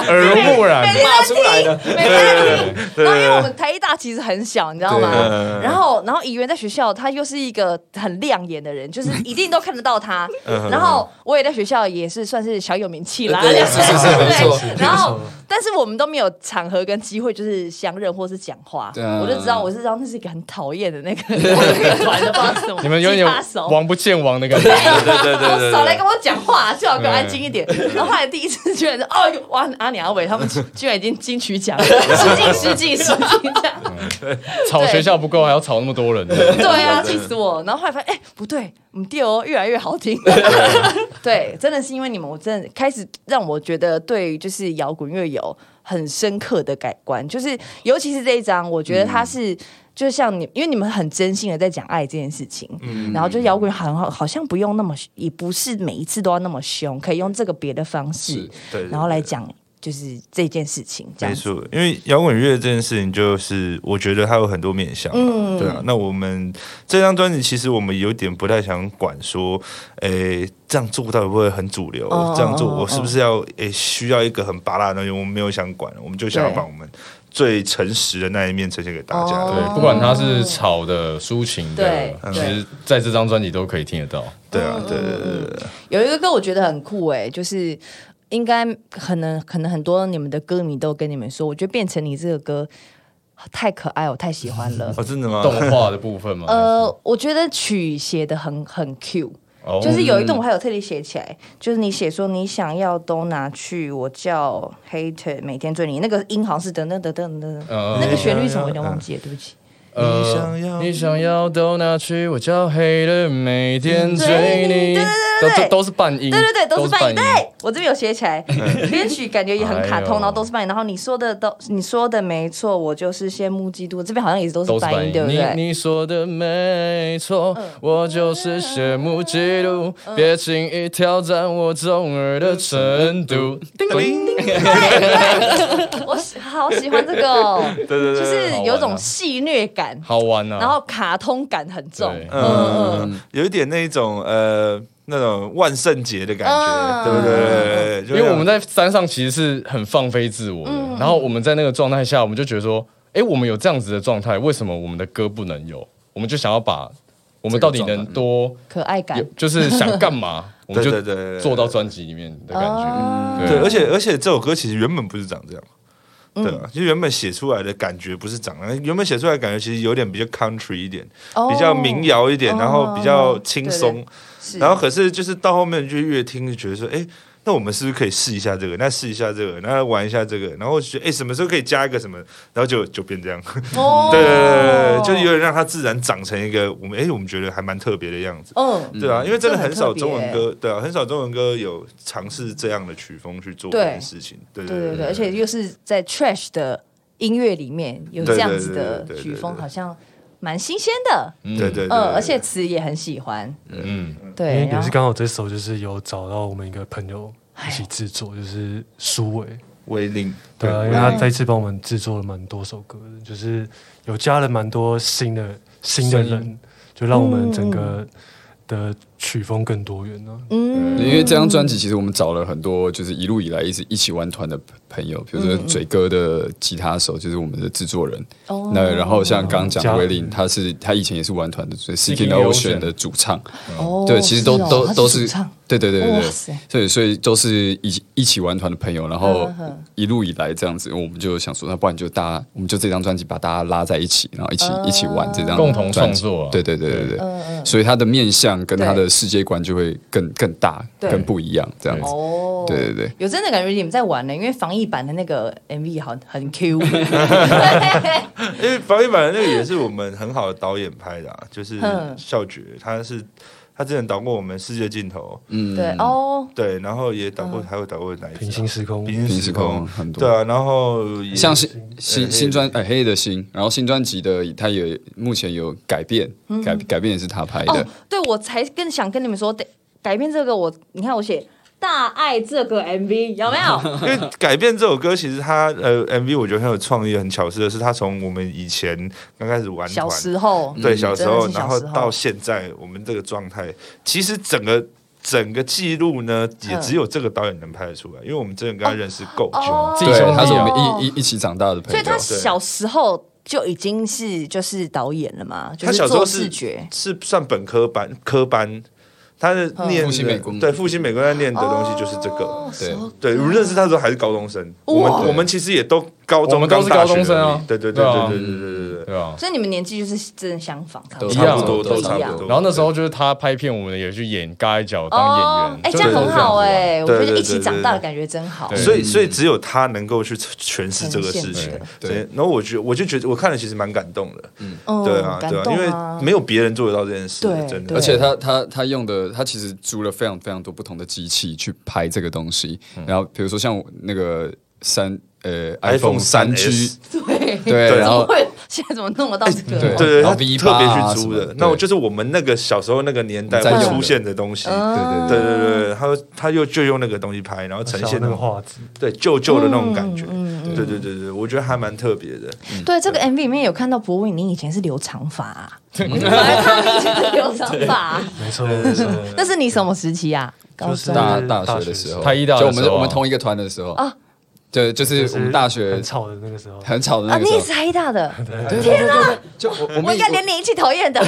耳濡目染
每。天在听，每天在听。
对
然后因为我
对
们台一大其实很小，你知道吗
对
嗯？
然后然后怡园在学校，他又是一个很亮眼的人，就是一定都看得到他。然后我也在学校也是算是小有名气啦，
对
对
是是是没错
对。然后但是我们都没有场合跟机会，就是相认或是讲话。
对啊
我就知道我是知道那是一个很讨厌的那个乐团的，不知道是什么。
你们有
吉
点
他手
王不见王的感觉，
对对对对
少
对
来跟我讲话，最好给我安静一点。然后后来第一次居然是，哦，哇，阿鸟阿伟他们居然已经金曲奖了，失敬失敬失敬这样。
吵学校不够，还要吵那么多人。
对啊，气死我！然后后来发现，哎，不对，我们 d 哦越来越好听。
啊
对，真的是因为你们，我真的开始让我觉得对于就是摇滚乐有很深刻的改观，就是尤其是这一张，我觉得
嗯
它是。就像你，因为你们很真心的在讲爱这件事情，
嗯
然后就摇滚好像好像不用那么，也不是每一次都要那么凶，可以用这个别的方式
是，
对对
然后来讲就是这件事情，这
没
样子。
错，因为摇滚乐这件事情，就是我觉得它有很多面向、嗯，对啊。那我们这张专辑，其实我们有点不太想管说，诶、这样做到底会不会很主流？
哦
这样做
哦
我是不是要诶、需要一个很拔辣的东西？我们没有想管，我们就想要
对
把我们最诚实的那一面呈现给大家。
哦
对，不管他是吵的、抒情的
对，
其实在这张专辑都可以听得到。
对对啊，对对对对对。。
有一个歌我觉得很酷哎、就是应该可能可能很多你们的歌迷都跟你们说，我觉得变成你这个歌太可爱，我太喜欢了
哦，真的吗？
动画的部分嘛，
呃，我觉得曲写的很很 Q，
哦
就是有一段我还有特地写起来，就是你写说你想要都拿去，我叫 hater 每天追你，那个音好像是噔噔噔噔噔，
嗯
那个旋律什呃么我有点忘记了，对不起。
呃
你想要
你想要都拿去，我叫黑的每天追
嗯
你，
对对对对对
都都是半音，
对对对，都是半音。对
音，
我这边有写起 来，
嗯
编曲感觉也很卡
哎
通，
呦
然后都是半音。然后你说的都，你说的没错，我就是羡慕嫉妒。这边好像也都
都
是
是
半
半
音，对不
你
对？
你说的没错，
嗯
我就是羡慕嫉妒，别轻易挑战我中二的程度。
嗯我喜好喜欢这个哦，对
对对
就是有
好玩
种
啊
戏谑感，
好玩啊！
然后卡通感很重。
对
嗯，有一点那一种呃那种万圣节的感
嗯
觉，对不对？就
因为我们在山上其实是很放飞自我的，
嗯
然后我们在那个状态下，我们就觉得说，哎，我们有这样子的状态，为什么我们的歌不能有？我们就想要把我们到底能多，
可爱感
有，就是想干 嘛，我们就
对对对对对
做到专辑里面的感
哦
觉。
对，而
且
且而且这首歌其实原本不是长这样，
嗯
对啊，就原本写出来的感觉不是长那样，原本写出来的感觉其实有点比较 country 一点，
哦
比较民谣一点，
哦
然后比较轻
对
松，
是
然后可是就是到后面就越听就觉得说，哎。那我们是不是可以试一下这个？那试一下这个，那玩一下这个，然后觉得哎、什么时候可以加一个什么？然后就就变这样。
哦
对对对对对，就是有点让它自然长成一个我们哎、我们觉得还蛮特别的样子。
嗯，
对啊，因为真的
这很
很少
特别欸
中文歌，对啊，很少中文歌有尝试这样的曲风去做
对
这件事情。对
对
对
对
对
对，而且又是在 trash 的音乐里面有这样子的
对对对对对对
曲风，好像蛮新鲜的。
对对对，对
嗯，而且词也很喜欢。
嗯，
因为
对，
也
然后
是刚好这首就是有找到我们一个朋友一起制作，就是苏伟，
威令，
对啊，因为他这一次帮我们制作了蛮多首歌的，就是有加了蛮多新的新的
声
人，就让我们整
嗯
个的曲风更多元呢、啊。
嗯，
因为这张专辑其实我们找了很多，就是一路以来一直一起玩团的朋友，比如
嗯
说嘴哥的吉他手，就是我们的制作人。
哦
那然后像刚刚讲
加
威
哦
林，他是他以前也是玩团的，所以
Seeking
Seeking
Ocean
Ocean 的主唱。
哦
对，其实都
哦
都
他
都
主
是
唱，
对对对对
哇
对
塞，
所以所以都是一起一起玩团的朋友，然后
嗯嗯
一路以来这样子，我们就想说，那不然就大家，我们就这张专辑把大家拉在一起，然后一起
呃
一起玩这张
共同
专
创
辑
作啊
对对对对对，
嗯
所以他的面向跟他的世界观就会更更大、
对
更不一样这样子。
哦，
对对对，
有真的感觉你们在玩呢，因为防疫版的那个 MV 好很 Q，对
因为防疫版的那个也是我们很好的导演拍的、啊，就是
嗯
笑觉，他是他之前导过我们《世界尽头
嗯，
对哦》，，
对，然后也导过，
嗯
还有导过哪一
平
次啊
行时空，
平行
平
时
时
空
空很多
对啊，然后也
像新
呃
新
黑的
新专呃黑的新，然后新专辑的他也目前有改变，
嗯
改改变也是他拍的
哦
哦，，对我才更想跟你们说，得改变这个我，你看我写
大爱这个 MV 有没 有？
因为改变这首歌，其实它呃 MV 我觉得很有创意、很巧思的是，它从我们以前刚开始玩团
小，时候，
对小时候，
嗯真的是小时候
然后到现在我们这个状态，其实整个整个记录呢，也
嗯
只有这个导演能拍得出来，因为我们真的跟他认识够久。
哦
自己
对
兄，
他是
弟
我
啊，
们一一一起长大的朋
所
友
以。他小时候就已经是就是导演了嘛，就
他小时候
做
是
视觉。嗯
是算本科班科班，他是念
复
的
兴美工
对复兴美工在念的东西就是这个。
哦
对，
对，我们认识他的时候还是高中生，我们我们其实也都高中，
我们都是
刚大学
高中生啊
而已对对对
对啊
对对对对对对
对啊。
所以你们年纪就是真的相仿，差不多
都
一样啊
差不多，
都
都
差
差
不
不
多
多。
然后那时候就是他拍片，我们也去演尬一角当演员，
哎，这
就
样
是
很好哎，我
啊
觉
对对
得
对
一起长大的感觉真好
对。
所以，所以只有他能够去诠释这个事
呈现
情
这。
个
对，然后我觉，我就觉得，我看了其实蛮感动的。
嗯
对啊，
感
对
动
因
啊
为没有别人做得到这件事
对，
真的。
对
而且他他他用的，他其实租了非常非常多不同的机器去拍这个东西。然后比如说像那个三呃
iPhone
三 G，
3S
对
对，然 后
怎么会现在怎么弄得到这个？
对
哎对对，
然
他
后
特别
V8 啊
去
什
租
么
的
的，
那我
对
就是我们那个小时候那个年代
在
会
用的
出现的东西。
对对
对
对，
对对，他他又就用那个东西拍，然后呈现
那
那
个
种
画质，
对旧旧的那种感觉。
嗯
对对对对，我觉得还蛮特别的。
对，这个 MV 里面有看到博文，你以前是留长发啊，
嗯
你怎么还看你以前是留长发 啊，
没错没错，
那是你什么时期啊？高
就是
中
大
大
大
学
学的
时
时
候
候，
他一大的
就我们
时候啊哦
我们同一个团的时候
啊，
对，就是
就是
我们大学
很吵的那个时候，
很吵的
啊，
那个
你
时
也
候
是，台大的，
对对对对，对就我我
我
们
应该连你一起讨 厌的。 你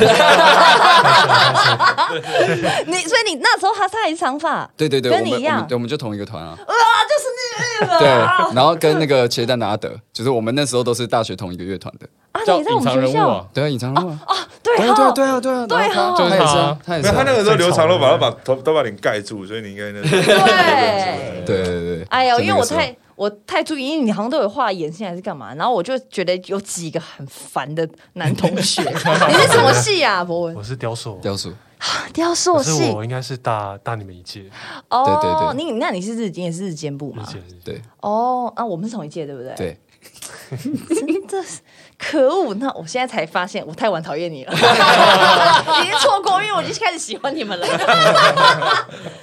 所以你那时候他他也是长发，
对对对，我
跟
们
你
我
一样哦
们我们就同一个团
哇，
啊，
就是那个
对，然后跟那个切蛋的阿德，就是我们那时候都是大学同一个乐团的，
啊，
叫
你在我
隐
们学
藏人物
校
啊，
对啊，隐藏路啊，
哦对
对
哈
啊对啊对啊对啊，然后
对
他
啊
他也是
没
就是
啊，他也是
有，他
啊，
那个时候留长头发，都
最吵的
把头都把脸盖住，所以你应该那个。
对。
对对对，对
哎呦，
就
因为
那个
我
时候
太我太注意，因为你好像都有画眼线还是干嘛，然后我就觉得有几个很烦的男同 学。你是什么系啊，博 文
我？是雕塑，
雕塑，
雕塑
可是
系
我应该是大大你们一届，
哦，
对
你那你是日你也是日间部嘛
一？届一届
对
哦，啊，我们是同一届对不对？，
对，
真的是可恶！那我现在才发现，我太晚讨厌你了， 已经错过，因为我已经开始喜欢你 们了。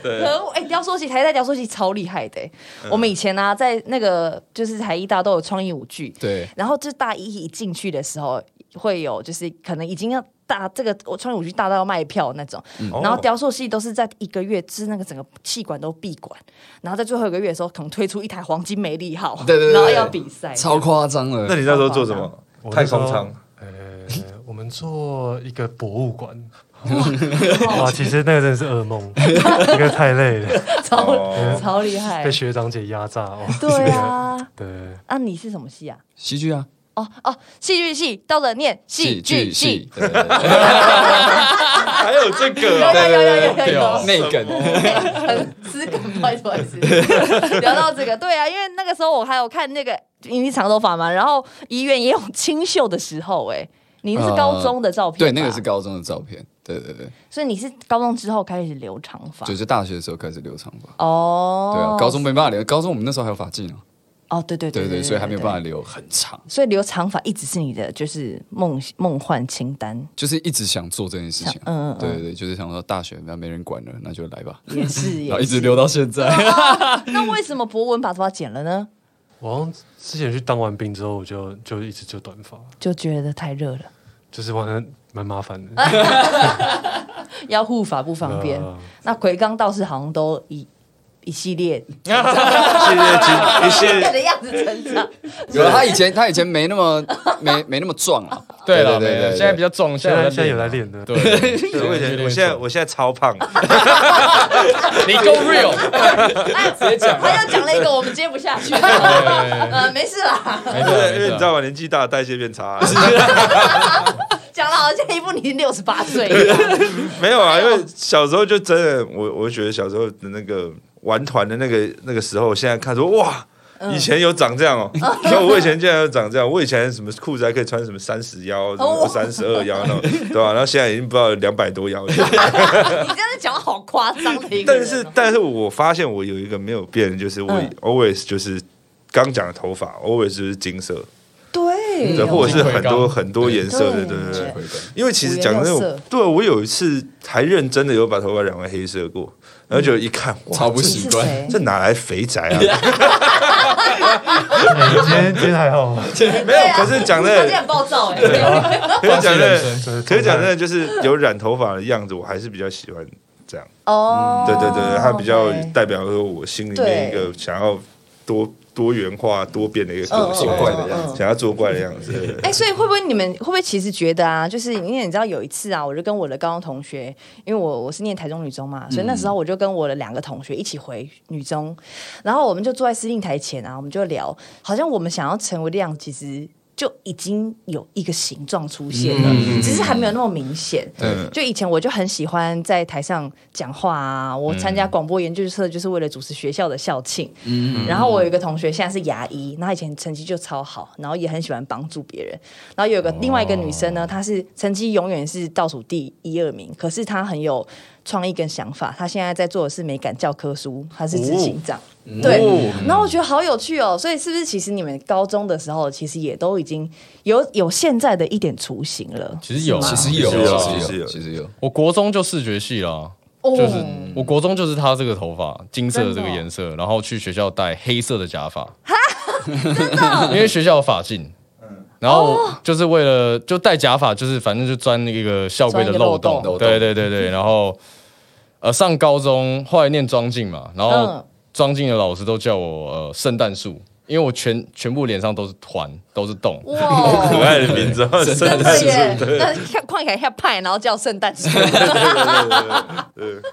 可恶！哎、雕塑系台大雕塑系超厉害的、欸
嗯
我们以前呢、在那个就是台艺大都有创意舞剧，
对
然后就是大一一进去的时候，会有就是可能已经要大这个我创意舞剧大到要卖票那种，
嗯
然后雕塑系都是在一个月之那个整个气管都闭馆，然后在最后一个月的时候，可能推出一台黄金梅利号，
对对对
然后
对
要比赛，
超夸张了，
那你那时候做什么？
我
太
那时候
空舱。
呃，我们做一个博物馆。 哇，其实那个真的是噩 梦，那个太累了，
超、
哦
超厉害
被，学长姐压榨哦。
对啊。
对，
啊，你是什么系啊？
戏剧啊，
哦哦，戏剧系到了念戏剧系，，
对对对
还有这个
有
哦，
有有 有有有有
屌，
内梗，
哎很私梗，不好意思，不好意思，聊到这个，对啊，因为那个时候我还有看那个因为长头发嘛，然后医院也有清秀的时候、哎，你那是高中的照片、
呃对，那个是，高中的照片，对对对，
所以你是高中之后开始留长发，
就是大学的时候开始留长发，
哦，
对啊，高中没办法留，高中我们那时候还有发髻呢，
哦，对对
对
对
对，所以还没有办法
法，
留很长，
所以留长发一直是你的就是梦梦幻清 单，
就是一直想做这件事情
想，嗯嗯嗯
对对对，就是想说大学那没人管了，那就来吧，
也是
然
也
后啊一直
是。
留到现在，
那为什么博文把头发剪了呢？
我好像之前去当完兵之后，我就就一直就短发，
就觉得太热了，
就是完全蛮麻烦的。
要护发不方便。
啊
呃
那奎刚倒是好像都一一系列
谢谢金，谢
变
谢
的样子成 长。
有了他以前他以前没那么没没那么壮啊，
对了，
对
没
对
了
对，
现在比较重，
现在
在
现在有在
在
练的，
对，对
对我以前，我现在我现在超胖，
你 go real，
哎，
啊
他又讲了一个我们接不下 去。 呃，没事啦，
没
对，因为你
错没
知道
错，
吗？年纪大，代谢变 差。
讲了好像一步你六十八岁，
没有啊，因为小时候就真的，我我觉得小时候的那个玩团的那个那个时候，现在看说哇。
嗯
以前有长这 样哦，然后我以前竟然有长这样，我以前什么裤子还可以穿什么三十腰、什 么
哦
三十二腰 那种，对吧、然后现在已经不知道两百多腰 了。
你真的讲好夸张的一个
但
人哦。
是，但是我发现我有一个没有变，就是我
嗯
always 就是刚讲的头发，always 就是金色。
也有
对，或者是很
金
多
龟缸
很多颜色的，
对
对对对。
会的。
因为其实讲真
五颜
的
六色，
对我有一次还认真的有把头发染为黑色过，然后就一看，哇，
超不
你
习
是
惯，
谁
这哪来肥 宅啊？
哎今天今天还好吗？
没有，可是讲真
啊他这 样
的，
暴躁哎、
可是讲真
人
的
生，
可是讲真的，就是有染头发的样子，我还是比较喜欢这样。
哦，
嗯对对对，对它比较
OK
代表说我心里面一个想要多多元化、多变的一个个
嗯
性
嗯嗯，
怪的样
子
想要作怪的样子。 对对对
哎、所以会不会你们会不会其实觉得啊，就是因为你知道有一次啊，我就跟我的高中同学，因为我我是念台中女中嘛，所以那时候我就跟我的两个同学一起回女中，然后我们就坐在司令台前啊，我们就聊，好像我们想要成为的样，其实。就已经有一个形状出现了，只是还没有那么明显。
嗯
就以前我就很喜欢在台上讲话啊，我参加广播研究社就是为了主持学校的校庆，
嗯
然后我有一个同学现在是牙医，那她以前成绩就超好，然后也很喜欢帮助别人。然后有一个另外一个女
哦
生呢，她是成绩永远是倒数第一二名，可是她很有创意跟想法。她现在在做的是美感教科书，她是执行长。
哦
对，然后我觉得好有趣哦，所以是不是其实你们高中的时候，其实也都已经有有现在的一点雏形了？
其实有，啊
其实
有
有，
其
其
实
实
有
有，其实有。
我国中就视觉系啊啦，
哦
就是我国中就是他这个头发金色的这
真
个
的哦
颜色，然后去学校戴黑色的假发， 因为学校有发镜。
嗯
然后
哦
就是为了就戴假发，就是反正就钻那个校规的漏
钻一个
洞
嗯
漏，洞
对对对对。然后呃，上高中后来念庄敬嘛，然后
嗯
庄敬的老师都叫我呃圣诞树，因为我全全部脸上都是团，都是洞。
哇，
可爱的名字，
真的耶！那看看起来像派，然后叫圣诞树，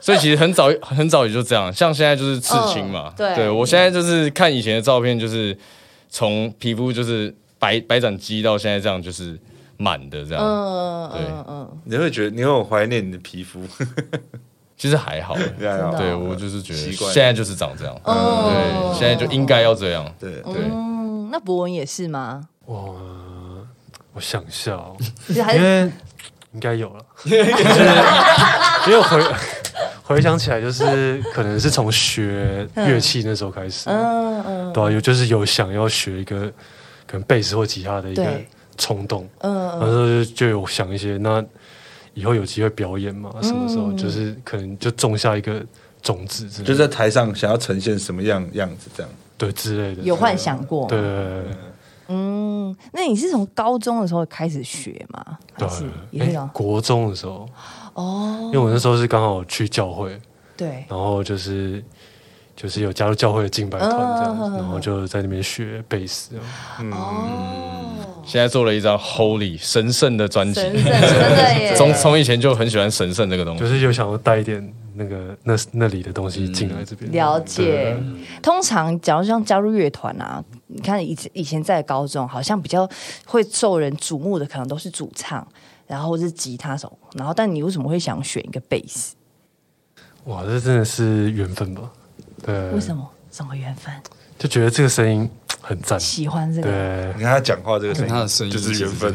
所以其实很早很早也就这样，像现在就是刺青嘛
嗯，对
我现在就是看以前的照片，就是从皮肤就是白白斩鸡到现在这样，就是满的这样，
嗯
对
嗯嗯，
你会觉得你会很怀念你的皮肤，
其实还好，
对啊
真的
对我就是觉得
习惯
现在就是长这样，
哦
对，现在就应该要这样，
对。
对，
嗯，那博文也是 吗？
哇，我想一下、哦，
就还
因
是
为应该有了，就是因为我回 回想起来，就是可能是从学乐器那时候开始，
嗯嗯
对啊，有就是有想要学一个可能贝斯或吉他的一个
对
冲动，然
嗯，
后就就有想一些，那以后有机会表演
嗯
嘛，什么时候就是可能就种下一个种子之类
就
的，
在台上想要呈现什么样样子，这样
对之类的，
有幻想过。
对，对对对
嗯，那你是从高中的时候开始学吗？还
对
是也
对
是
对，哎
从，
国中的时候，
哦
因，为我那时候是刚好去教会，
对，
然后就是就是有加入教会的敬拜团这样
嗯嗯嗯嗯
子，
嗯
然后就在那边学贝斯这样。
哦，
现在做了一张 Holy 神圣的
嗯
专辑，
神圣真的耶，
从从以前就很喜欢神圣这个东西
就。是有想要带一点那个那那里的东西进来这边。
了
对
解。通常，假如像加入乐团啊，你看以前以前在高中，好像比较会受人瞩目的，可能都是主唱，然后是吉他手，然后但你为什么会想选一个贝斯？
哇，这真的是缘分吧？对，
为什？么？什么缘分？
就觉得这个声音很赞。
喜欢这个？
对，
你看他讲话这个声音，
跟他的声音
就是缘分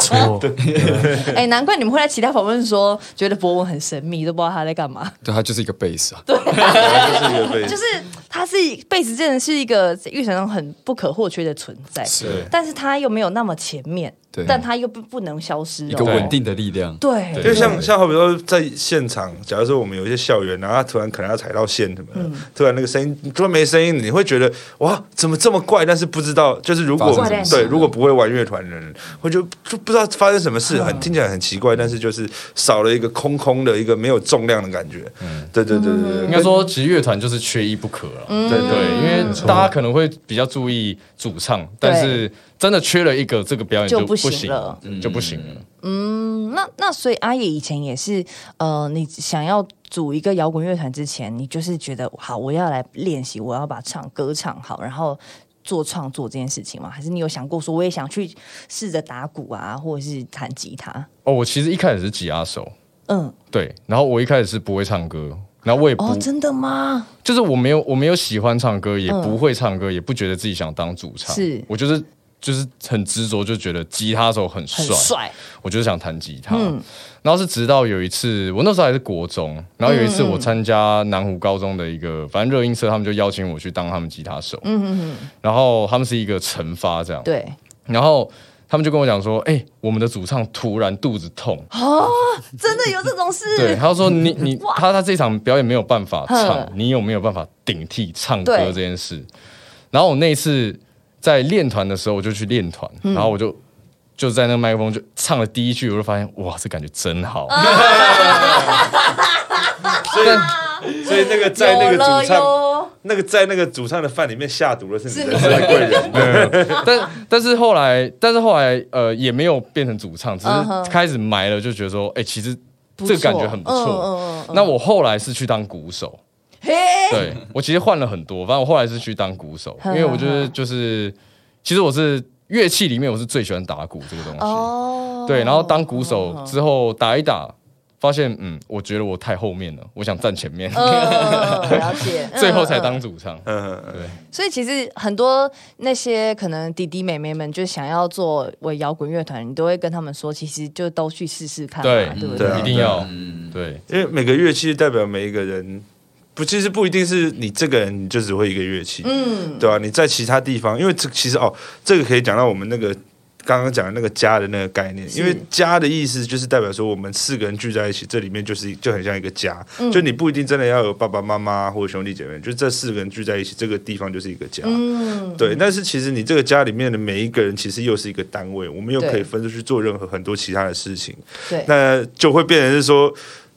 其。
错。
哎、难怪你们会在其他访问说觉得博文很神秘，都不知道他在干嘛。
对，它就是一个贝斯啊。
就是缘分，
就是他是贝斯，真的是一个乐团中很不可或缺的存在，
是
但是他又没有那么前面，
对
但他又不不能消失、哦，
一个
对
稳定的力量。
对，
因为像
对
像好比说在现场，假如说我们有一些校园，然后他突然可能要踩到线什么
嗯
的，突然那个声音突然没声音，你会觉得哇，怎么这么怪？但是不知道，就是如果
发生什么事
对
了
如果不会玩乐团的人，会就就不知道发生什么
嗯
事，很听起来很奇怪，但是就是少了一个空空的一个没有重量的感觉。
嗯
对对对对
应
对，
该说，其实乐团就是缺一不可了。
嗯
对对
对，因为大家可能会比较注意主唱，但是真的缺了一个，这个表演
就
不
不行
行
了，
就不行了。
嗯那那所以阿野以前也是，呃，你想要组一个摇滚乐团之前，你就是觉得好，我要来练习，我要把唱歌唱好，然后做创作这件事情吗？还是你有想过说，我也想去试着打鼓啊，或者是弹吉他？
哦，我其实一开始是吉他手，
嗯，
对，然后我一开始是不会唱歌，然后我也不
哦，真的吗？
就是我没有我没有喜欢唱歌，也
嗯
不会唱歌，也不觉得自己想当主唱，
是
我就是就是很执着，就觉得吉他手很
很
帅，
帅，
我就是想弹吉他。
嗯
然后是直到有一次，我那时候还是国中，然后有一
嗯
次我参加南湖高中的一个，反正热音社他们就邀请我去当他们吉他手，
嗯嗯嗯，
然后他们是一个惩罚这样，
对，
然后他们就跟我讲说，哎、我们的主唱突然肚子痛，
真的有这种
对，
事？
他说你你他他这场表演没有办法唱
哼，
你有没有办法顶替唱歌
对
这件事？然后我那一次在练团的时候，我就去练团，
嗯
然后我就就在那个麦克风就唱了第一句，我就发现哇，这感觉真好。
嗯
所以那个在那个
有了
主唱，
哟，
那个在那个主唱的饭里面下毒的是
是
你
你
人生的贵人。嗯
但但是后来，但是后来呃也没有变成主唱，只
嗯哼
是开始埋了，就觉得说，哎、其实
不
这
错
个感觉很不错。
嗯嗯嗯嗯
那我后来是去当鼓手，
嘿，
对我其实换了很多，反正我后来是去当鼓手，因为我觉得就是，其实我是乐器里面我是最喜欢打鼓这个东西，
哦，嗯
对，然后当鼓手之后打一打，发现嗯，我觉得我太后面了，我想站前面，，
嗯，了解
最后才当主唱。
嗯，嗯
对，
所以其实很多那些可能弟弟妹妹们就想要做为摇滚乐团，你都会跟他们说，其实就都去试试看嘛，
对
对不
对啊
一定要
嗯，
对，
因为每个乐器代表每一个人，不，其实不一定是你这个人你就只会一个乐器，嗯，对吧、你在其他地方，因为这其实哦，这个可以讲到我们那个。刚刚讲的那个家的那个概念，因为家的意思就是代表说我们四个人聚在一起，这里面就是就很像一个家，
嗯
就你不一定真的要有爸爸妈妈或者兄弟姐妹，就这四个人聚在一起，这个地方就是一个家。
嗯，
对，但是其实你这个家里面的每一个人，其实又是一个单位，我们又
对
可以分出去做任何很多其他的事情，
对，
那就会变成是说，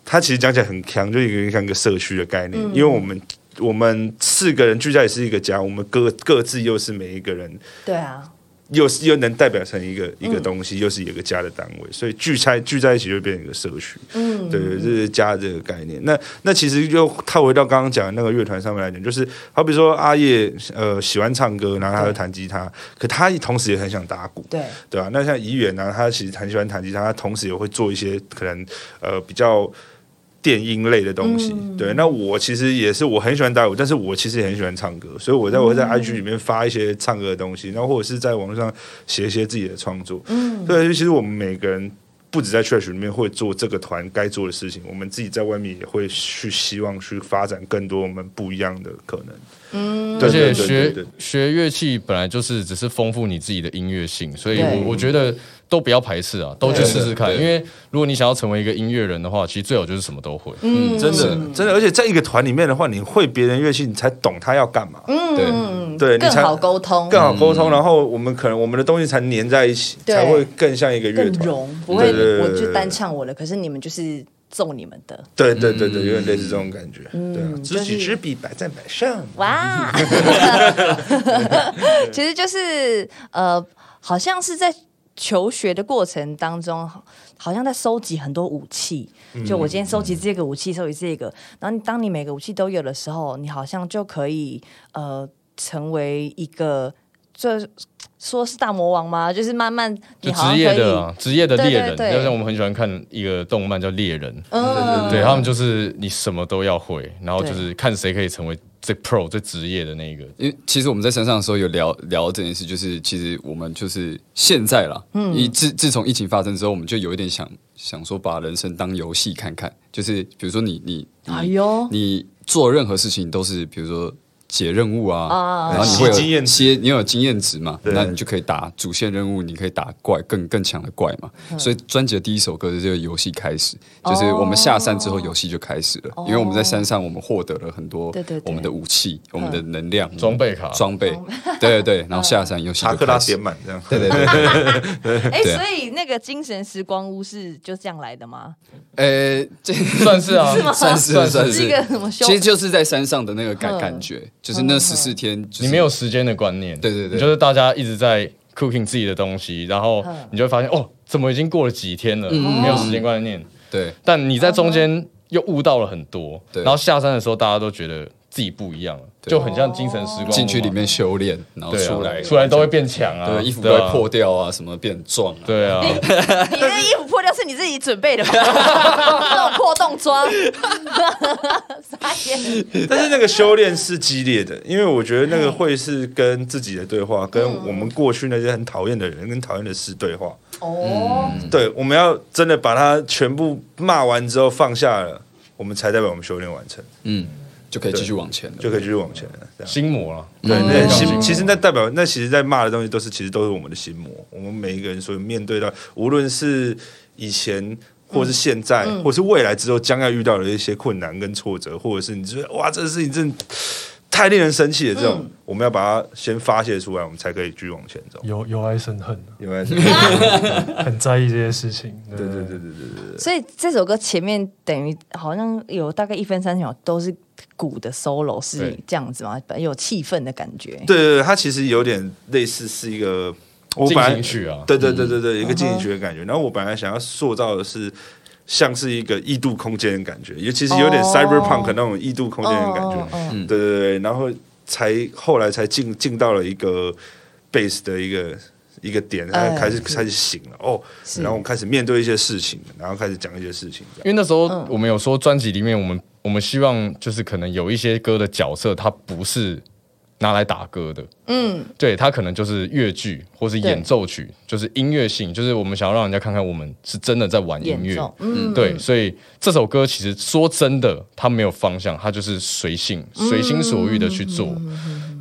它其实讲起来很强，就一个像一个社区的概念，因为我们。我们四个人聚在也是一个家，我们各各自又是每一个人，
对啊，
又是又能代表成一个一个东西，又是一个家的单位，所以聚在聚在一起就变成一个社区。
嗯，
对，这是家这个概念。那那其实又套回到刚刚讲的那个乐团上面来讲，就是好比说阿叶呃喜欢唱歌，然后他会弹吉他，可他同时也很想打鼓，
对，
对啊，那像怡远呢，他其实很喜欢弹吉他，他同时也会做一些可能呃比较。电音类的东西，对。那我其实也是，我很喜欢打鼓，但是我其实也很喜欢唱歌，所以我在我会在 IG 里面发一些唱歌的东西，然后或者是在网络上写一些自己的创作。嗯，对，其实我们每个人不止在 church 里面会做这个团该做的事情，我们自己在外面也会去希望去发展更多我们不一样的可能。嗯，
而
对对对
且
对
学
对
学乐器本来就是只是丰富你自己的音乐性，所以
对
我我觉得都不要排斥啊，都去
对
试试看。
对
因为如果你想要成为一个音乐人的话，其实最好就是什么都会。
嗯，真的，
真的，而且在一个团里面的话，你会别人乐器，你才懂他要干嘛，
对，
嗯，
对你
更
才
好沟通，
更好沟通。然后我们可能我们的东西才粘在一起，
对
才会更像一个乐
更
团。
融，不会
对对对
我
对
就单唱我的，可是你们就是揍你们的，
对对对对，有点类似这种感觉。对啊，
就是
知己知彼，百战百胜。
嗯 哇，其实就是呃，好像是在求学的过程当中，好好像在收集很多武器。
嗯
就我今天收集这个武器，收集这个，然后你当你每个武器都有的时候，你好像就可以呃，成为一个这说是大魔王吗？就是慢慢
就
你好
职
像
业
可以
的。啊职业的猎人，
对对对
就像我们很喜欢看一个动漫叫《猎人》，
嗯，
对他们就是你什么都要会，然后
对
就是看谁可以成为最 pro 最职业的那一个。
因为其实我们在山上的时候有聊聊这件事，就是其实我们就是现在啦，嗯，以自自从疫情发生之后，我们就有一点想想说把人生当游戏看看，就是比如说你你你
哎呦，
你做任何事情都是，比如说解任务啊，
啊
然后你会有
吸经验值
些你有经验值嘛，
对
那你就可以打主线任务，你可以打怪更更强的怪嘛。
嗯
所以专辑的第一首歌就是这个游戏开始，
哦
就是我们下山之后游戏就开始了，因为我们在山上我们获得了很多
对对对嗯
我们的武器、我们的能量、
装备啊卡
嗯装备，对对对，然后下山游戏
查
就
克拉
开
点
始。
满这样。
对对 对，
哎，
对啊
所以那个精神时光屋是就这样来的吗？
呃，这
算 是啊，
算是
算是
算
是一
是
个什么修
其实就是在山上的那个感
嗯
感觉，就是那十四天，就是
你没有时间的观念，
对对对
你就是大家一直在 cooking 自己的东西，然后
嗯
你就会发现哦，怎么已经过了几天了，没有时间观念，
对
但你在中间又悟到了很多，
对
然后下山的时候大家都觉得自己不一样了，就很像精神时光屋嘛
进去里。面修炼，然后
对啊，
出来
出来都会变强啊，
对，衣服都会
啊
破掉啊，什么变壮啊。
对啊，
你那个衣服破掉是你自己准备 的吧？那种破洞装，傻眼。
但是那个修炼是激烈的，因为我觉得那个会是跟自己的对话，跟
嗯
我们过去那些很讨厌的人跟讨厌的事对话。
哦，
对，我们要真的把它全部骂完之后放下了，我们才代表我们修炼完成。
嗯，就可以继续往前
就
了。
可以继续往前了。这样
心魔了，
对，那
嗯
心其实那代表那其实，在骂的东西都是其实都是我们的心魔，我们每一个人所面对到，无论是以前。或是现在，或是未来之后将要遇到的一些困难跟挫折，或者是你觉得哇，这个事情真的太令人生气了，这种、我们要把它先发泄出来，我们才可以继续往前走。
由由爱生恨，
有 没有？
很在意这些事情。
对对对对对对
所以这首歌前面等于好像有大概一分三十秒都是鼓的 solo，是
对
这样子吗？有气氛的感觉。
对对，它其实有点类似是一个我
进
本来嗯
行曲啊，
对对对对对，一个进行曲的感觉。然后我本来想要塑造的是像是一个异度空间的感觉，尤其是有点
哦
cyberpunk 那种异度空间的感
哦哦哦
觉。对对对，然后才后来才进进到了一个 base 的一个。一个点，
哎
他开始开始醒了哦，
是
然后我开始面对一些事情，然后开始讲一些事情，这样
因为那时候我们有说专辑里面，我们我们希望就是可能有一些歌的角色，它不是拿来打歌的，嗯，对，它可能就是乐剧或是演奏曲，就是音乐性，就是我们想要让人家看看我们是真的在玩音
演
乐
奏，嗯
对，所以这首歌其实说真的，它没有方向，它就是随性、
嗯
随心所欲的去做，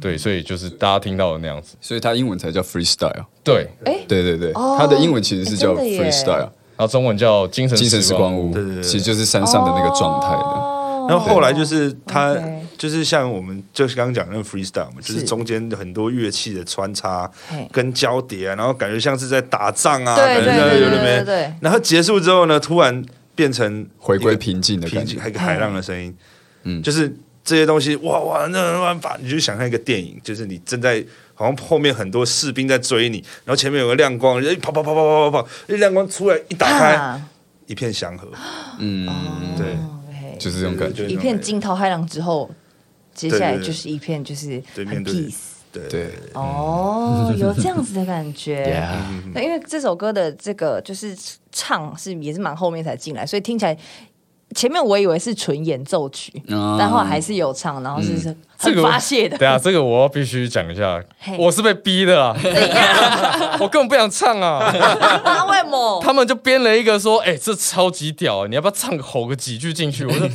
对，所以就是大家听到的那样子，
所以它英文才叫 freestyle。
对，
对对对，
哦
它的英文其实是叫
哎真的耶
freestyle，
然后中文叫精神
精神时光屋
对对对，对
其实就是山上的那个状态的。
哦
然后后来就是他
OK
就是像我们就是刚刚讲的那个 freestyle 嘛，就是
是
中间很多乐器的穿插
嘿
跟交叠啊，然后感觉像是在打仗啊，
对
感觉在
对对
有
对
点没
对对
然后结束之后呢，突然变成
回归
一个
平静的
平
感觉
静，还有一个海浪的声音，嗯，就是这些东西，哇哇，那那把你就想象一个电影，就是你正在。好像后面很多士兵在追你，然后前面有个亮光，哎人跑跑跑跑跑跑跑，那亮光出来一打开，
啊哦
一片祥和，
嗯，
对，
OK
就是这种感觉。
一片惊涛骇浪之后，接下来就是一片就是
对面
很
对
peace。
对
对，
哦，有这样子的感觉。
Yeah
对，因为这首歌的这个就是唱是也是蛮后面才进来，所以听起来前面我以为是纯演奏曲，
啊
但后来还是有唱，然后是是很发泄的。
嗯对啊，这个我要必须讲一下
嘿，
我是被逼的啊，我根本不想唱啊。
那为 么？
他们就编了一个说，哎、这超级屌，你要不要唱吼个几句进去？ 我说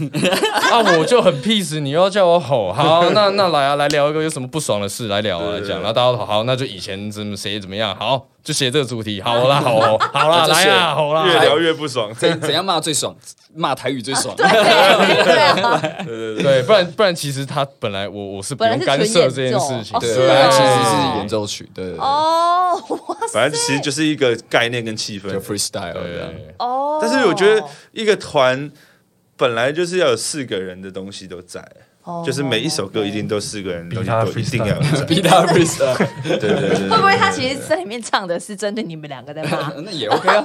啊，我就很 peace，你又要叫我吼，好，那那来啊，来聊一个有什么不爽的事来聊啊，来讲，然后大家都好，好，那就以前怎么谁怎么样，好，就写这个主题，好 啦，好吼，好啦，
就
来
写
啊，吼啦，
越
哎
聊越不爽。
怎怎样骂最爽？骂台语最爽。
对啊，
对，不然不然，其实他本来我我是不
本来
用
是
干
纯
涉
演
这件
奏
事情，
哦
对，
是啊
本来其实是演奏曲，对，对对
哦，哇塞，
反正其实就是一个概念跟气氛
就。freestyle 这样。
对。
哦，
但是我觉得一个团本来就是要有四个人的东西都在，
哦
就是每一首歌一定都四个人的东
比他
西都一定
freestyle
要在。
逼他 freestyle，
对对对对
会不会
对，
他其实在里面唱的是针对你们两个在骂？
那也 OK 啊。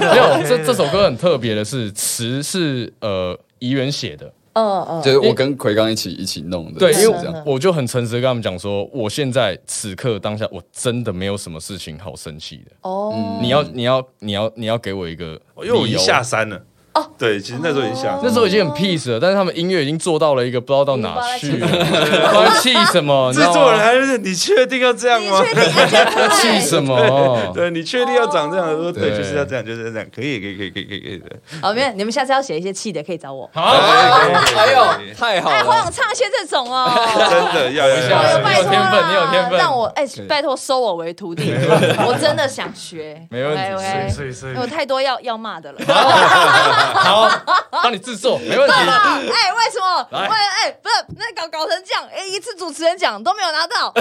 没有，这这首歌很特别的是，词是呃怡园写的，
嗯嗯，
就是我跟奎刚一起一起弄的，
对，因
是
为
这样。
我我就很诚实地跟他们讲说，我现在此刻当下我真的没有什么事情好生气的，
哦，
你要你要你要你要给我一个理由，
哦因为我已经下山了。哦，对，其实那时候已经下山
那
了。
时候已经很 peace 了，但是他们音乐已经做到了一个不知道到哪去了，
嗯
不知道气什么，你
制
知道
作人
吗
还是你确定要这样
你
吗？
确定要这样
要 气什么？
对你确定要长这样？
哦
说对，
对
就是要这样，就是要这样，可以，可以，可以，可以，可以，可以的。
好，哦没有，你们下次要写一些气的，可以找我。
好，啊
哎呦，太好
哦哎，我想
了！
唱一些这种哦。
真的要要
哎呦
要
你
拜
有
托
天分
啦
你有天分
让我哎、拜托收我为徒弟，我真的想学，
没问题
OK，OK
所以所以
有太多要要骂的了。
好，帮你制作，没问题。
啊哎，为什么？为哎，不是那搞搞成这样，哎，一次主持人奖都没有拿到，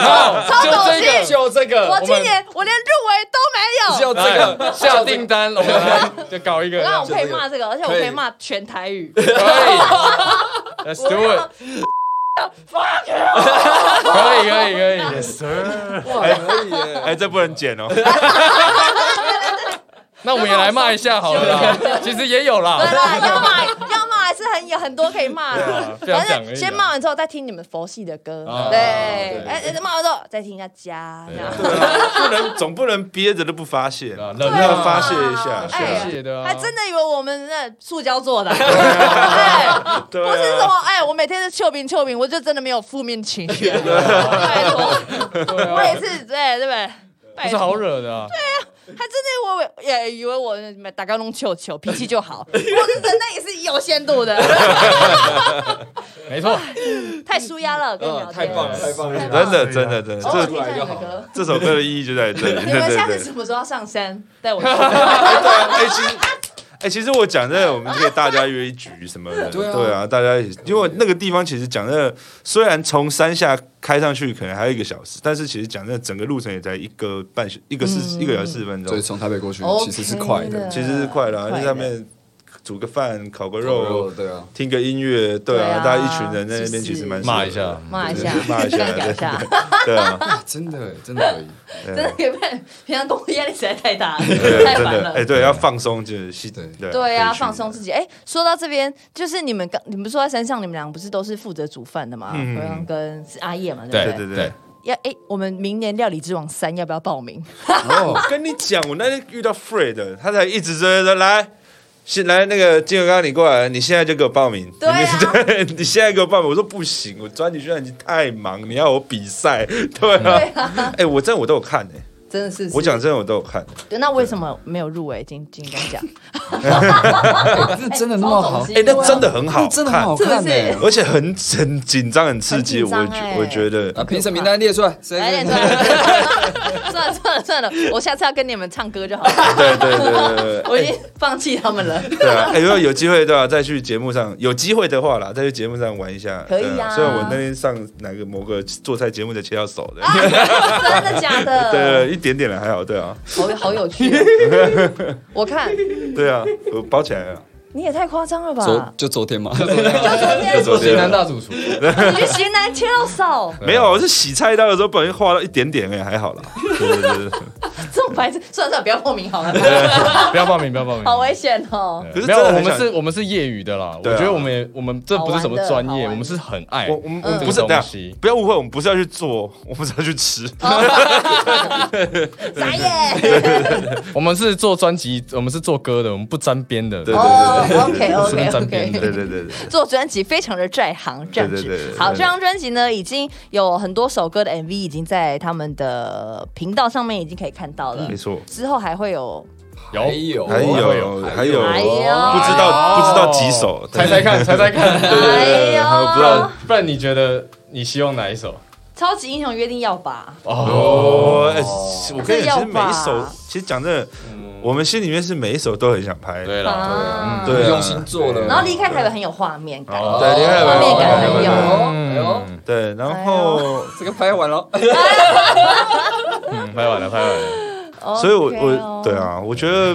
好，就这
超走
个，
心
就这个，
我
们
今年我连入围都没有。
就这个，
下订单，我们来就搞一个
我
这
刚
样
好
子。
可以骂这个，而且我可
可
以
以
骂全台语。
可以，Let's
我
do
要
it，可以可以可以。
哎，这不能剪哦。
那我们也来骂一下好 了啦，其实也有
对
啦，
啦，要骂要骂还是很有很多可以骂的，
对啊
反
非常讲而已
正
啊
先骂完之后再听你们佛系的歌，
啊
对，
对
哎哎骂完之后再听一下家，这样
啊不能总不能憋着都不发泄嘛，
啊忍
要
啊
发泄一下，
哎
是啊
谢谢的啊，
还真的以为我们那塑胶做 的，哎，
对
不
啊
是什么哎，我每天是秋冰秋冰，我就真的没有负面情 绪，拜托，我也是对对不对？
啊不
拜
是
托，
好惹的啊，
他真的以为也以为我打高弄球球脾气就 好，我是真的也是有限度的，
没错，
太舒压了，跟你
嗯
聊天。
太棒
太棒
真的真的真的，
偶尔
这
听一下你的歌。
这首歌的意义就在这里。
哦 你
对
们下
对
次
对
什。么时候要上山带我去？
哎、其实。哎、其实我讲真的，我们可以大家约一局什么的，对啊，大家一起，因为那个地方其实讲真的，虽然从山下开上去可能还有一个小时，但是其实讲真的，整个路程也才一个半小一个四、
嗯
一个小时四十分
所以
钟，
从台北过去
OK
其实是快的
的，
其实是快的、啊，
快
在
的
上面煮个饭、烤个
烤
肉
肉，对啊，
听个音乐，对
对啊
啊，大家一群人在那边
是
其实蛮
骂一
适合的
下，
骂一 下，
骂一下
干掉一下，
对 啊，
真的真的可以。
真的也被平常工作压力实在太大了，
对，
太
真
烦
的，
了
哎、。对，要放松就是心
对
对
对啊，
可以去
放松自己。哎，说到这边，就是你们刚，你们不是说在山上，你们俩不是都是负责煮饭的嘛？
嗯
何阳跟是阿叶嘛，
对
不
对对
对
对。
要哎，我们明年料理之王三要不要报名？哎
哦，
跟你讲，我那天遇到 Fred，他才一直说说来。先来那个金额，刚刚你过来，你现在就给我报名。
对啊
对 你现在给我报名。我说不行，我专辑宣传已经太忙，你要我比赛，对啊。哎、我真的我都有看哎、
真的是，
我讲 真的我都有看。
对，那为什么没有入围金金钟 奖？
那真的那么好，哦
哎
哎、那真的很好
那真的很好
看，
看呢、
是不
而且很很紧张，很刺激。
很紧张
我觉
哎
我觉得
啊，评审名单列出来，谁
来点算了， 算了算了算了，我下次要跟你们唱歌就好了。
对对对对对
我已经放弃他们了。
对啊，哎、如果有机会对吧、再去节目上，有机会的话啦，再去节目上玩一下。
可以啊
对虽然我那天上哪个某个做菜节目的切到手的，
真的假的？
对，一点点了还好，对啊，
好好有趣、 哦。我看
对啊，我包起来了。
你也太夸张了
昨
吧！
就昨天嘛，
我是南大主厨，
你去型男切到手，
啊没有，我是洗菜刀的时候不小心划到一点点哎，还好啦。对对对对，
这种白痴，算了算了，不要报名好了，
不要报名，不要报名，
好危险哦。
可是
没有，
真的
我
很
们
想
是，我们是业余的啦。我
对啊
觉得我们也，我们这不是什么专
好玩的好玩
业，
的
我们是很爱
我我们我
这
们不
个
是，等
东
下
西。
不要误会，我们不是要去做，我们是要去吃。
傻眼。
我们是做专辑，我们是做歌的，我们不沾边的。
对
哦，OK
是不
OK
是沾边的
对
OK。
对对对，
做专辑非常的在行，这样
对对对
子
对。
好，
对
这张专辑呢，已经有很多首歌的 MV 已经在他们的频道上面已经可以看到了
没。错。
之后还会有，
有
有
还有还有，
哎呦
不知道不知道几首，
猜猜看，猜猜看，
哎
我不知
呦
道，
不然你觉得你希望哪一首？
超级英雄约定要吧？
哦，哎我跟你
这要
讲，其实每一首
吧，
其实讲真的，我们心里面是每一首都很想拍。
对啦，对啦
啊，
对啊，
用心做了，
然后离开台北很有画面感，
哦
对离开台北
画面感
很有
很
画面
有。
哎呦，
对，然后
哎
这个拍完了，
嗯，拍完了，拍完 了，
所以我
OK 哦
我对，啊，我觉得，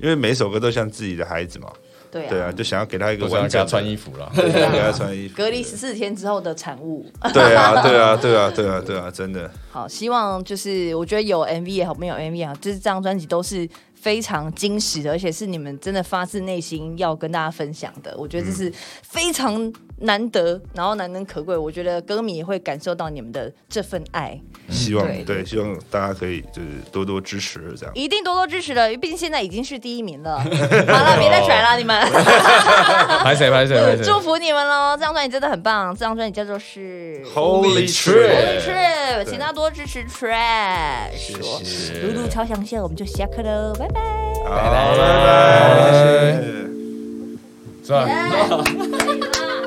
因为每一首歌都像自己的孩子嘛，
对啊，
对啊，就想要给他一个
我想
完
要给
整
他
的
穿衣服啦。
对啊给他穿衣服，
隔离十四天之后的产物。
对啊，对啊，对啊，对啊，对啊，真的，
好，希望就是我觉得有 MV 也好，没有 MV 也好，就是这张专辑都是非常惊喜的，而且是你们真的发自内心要跟大家分享的。我觉
嗯
得这是非常难得，然后难能可贵。我觉得歌迷也会感受到你们的这份爱。
希望
对
对，希望大家可以就是多多支持这样。
一定多多支持的，毕竟现在已经是第一 名了。好了，别再拽了，你们，
拍谁？拍谁？ 拍谁
祝？福你们喽！这张专辑真的很棒，这张专辑叫做是
Holy
Trip
Trip，
Holy Trip，请大家多支持 Trash。
谢
露露超详细，我们就下课喽，拜拜。
好，拜拜，谢谢。
是吧？
啊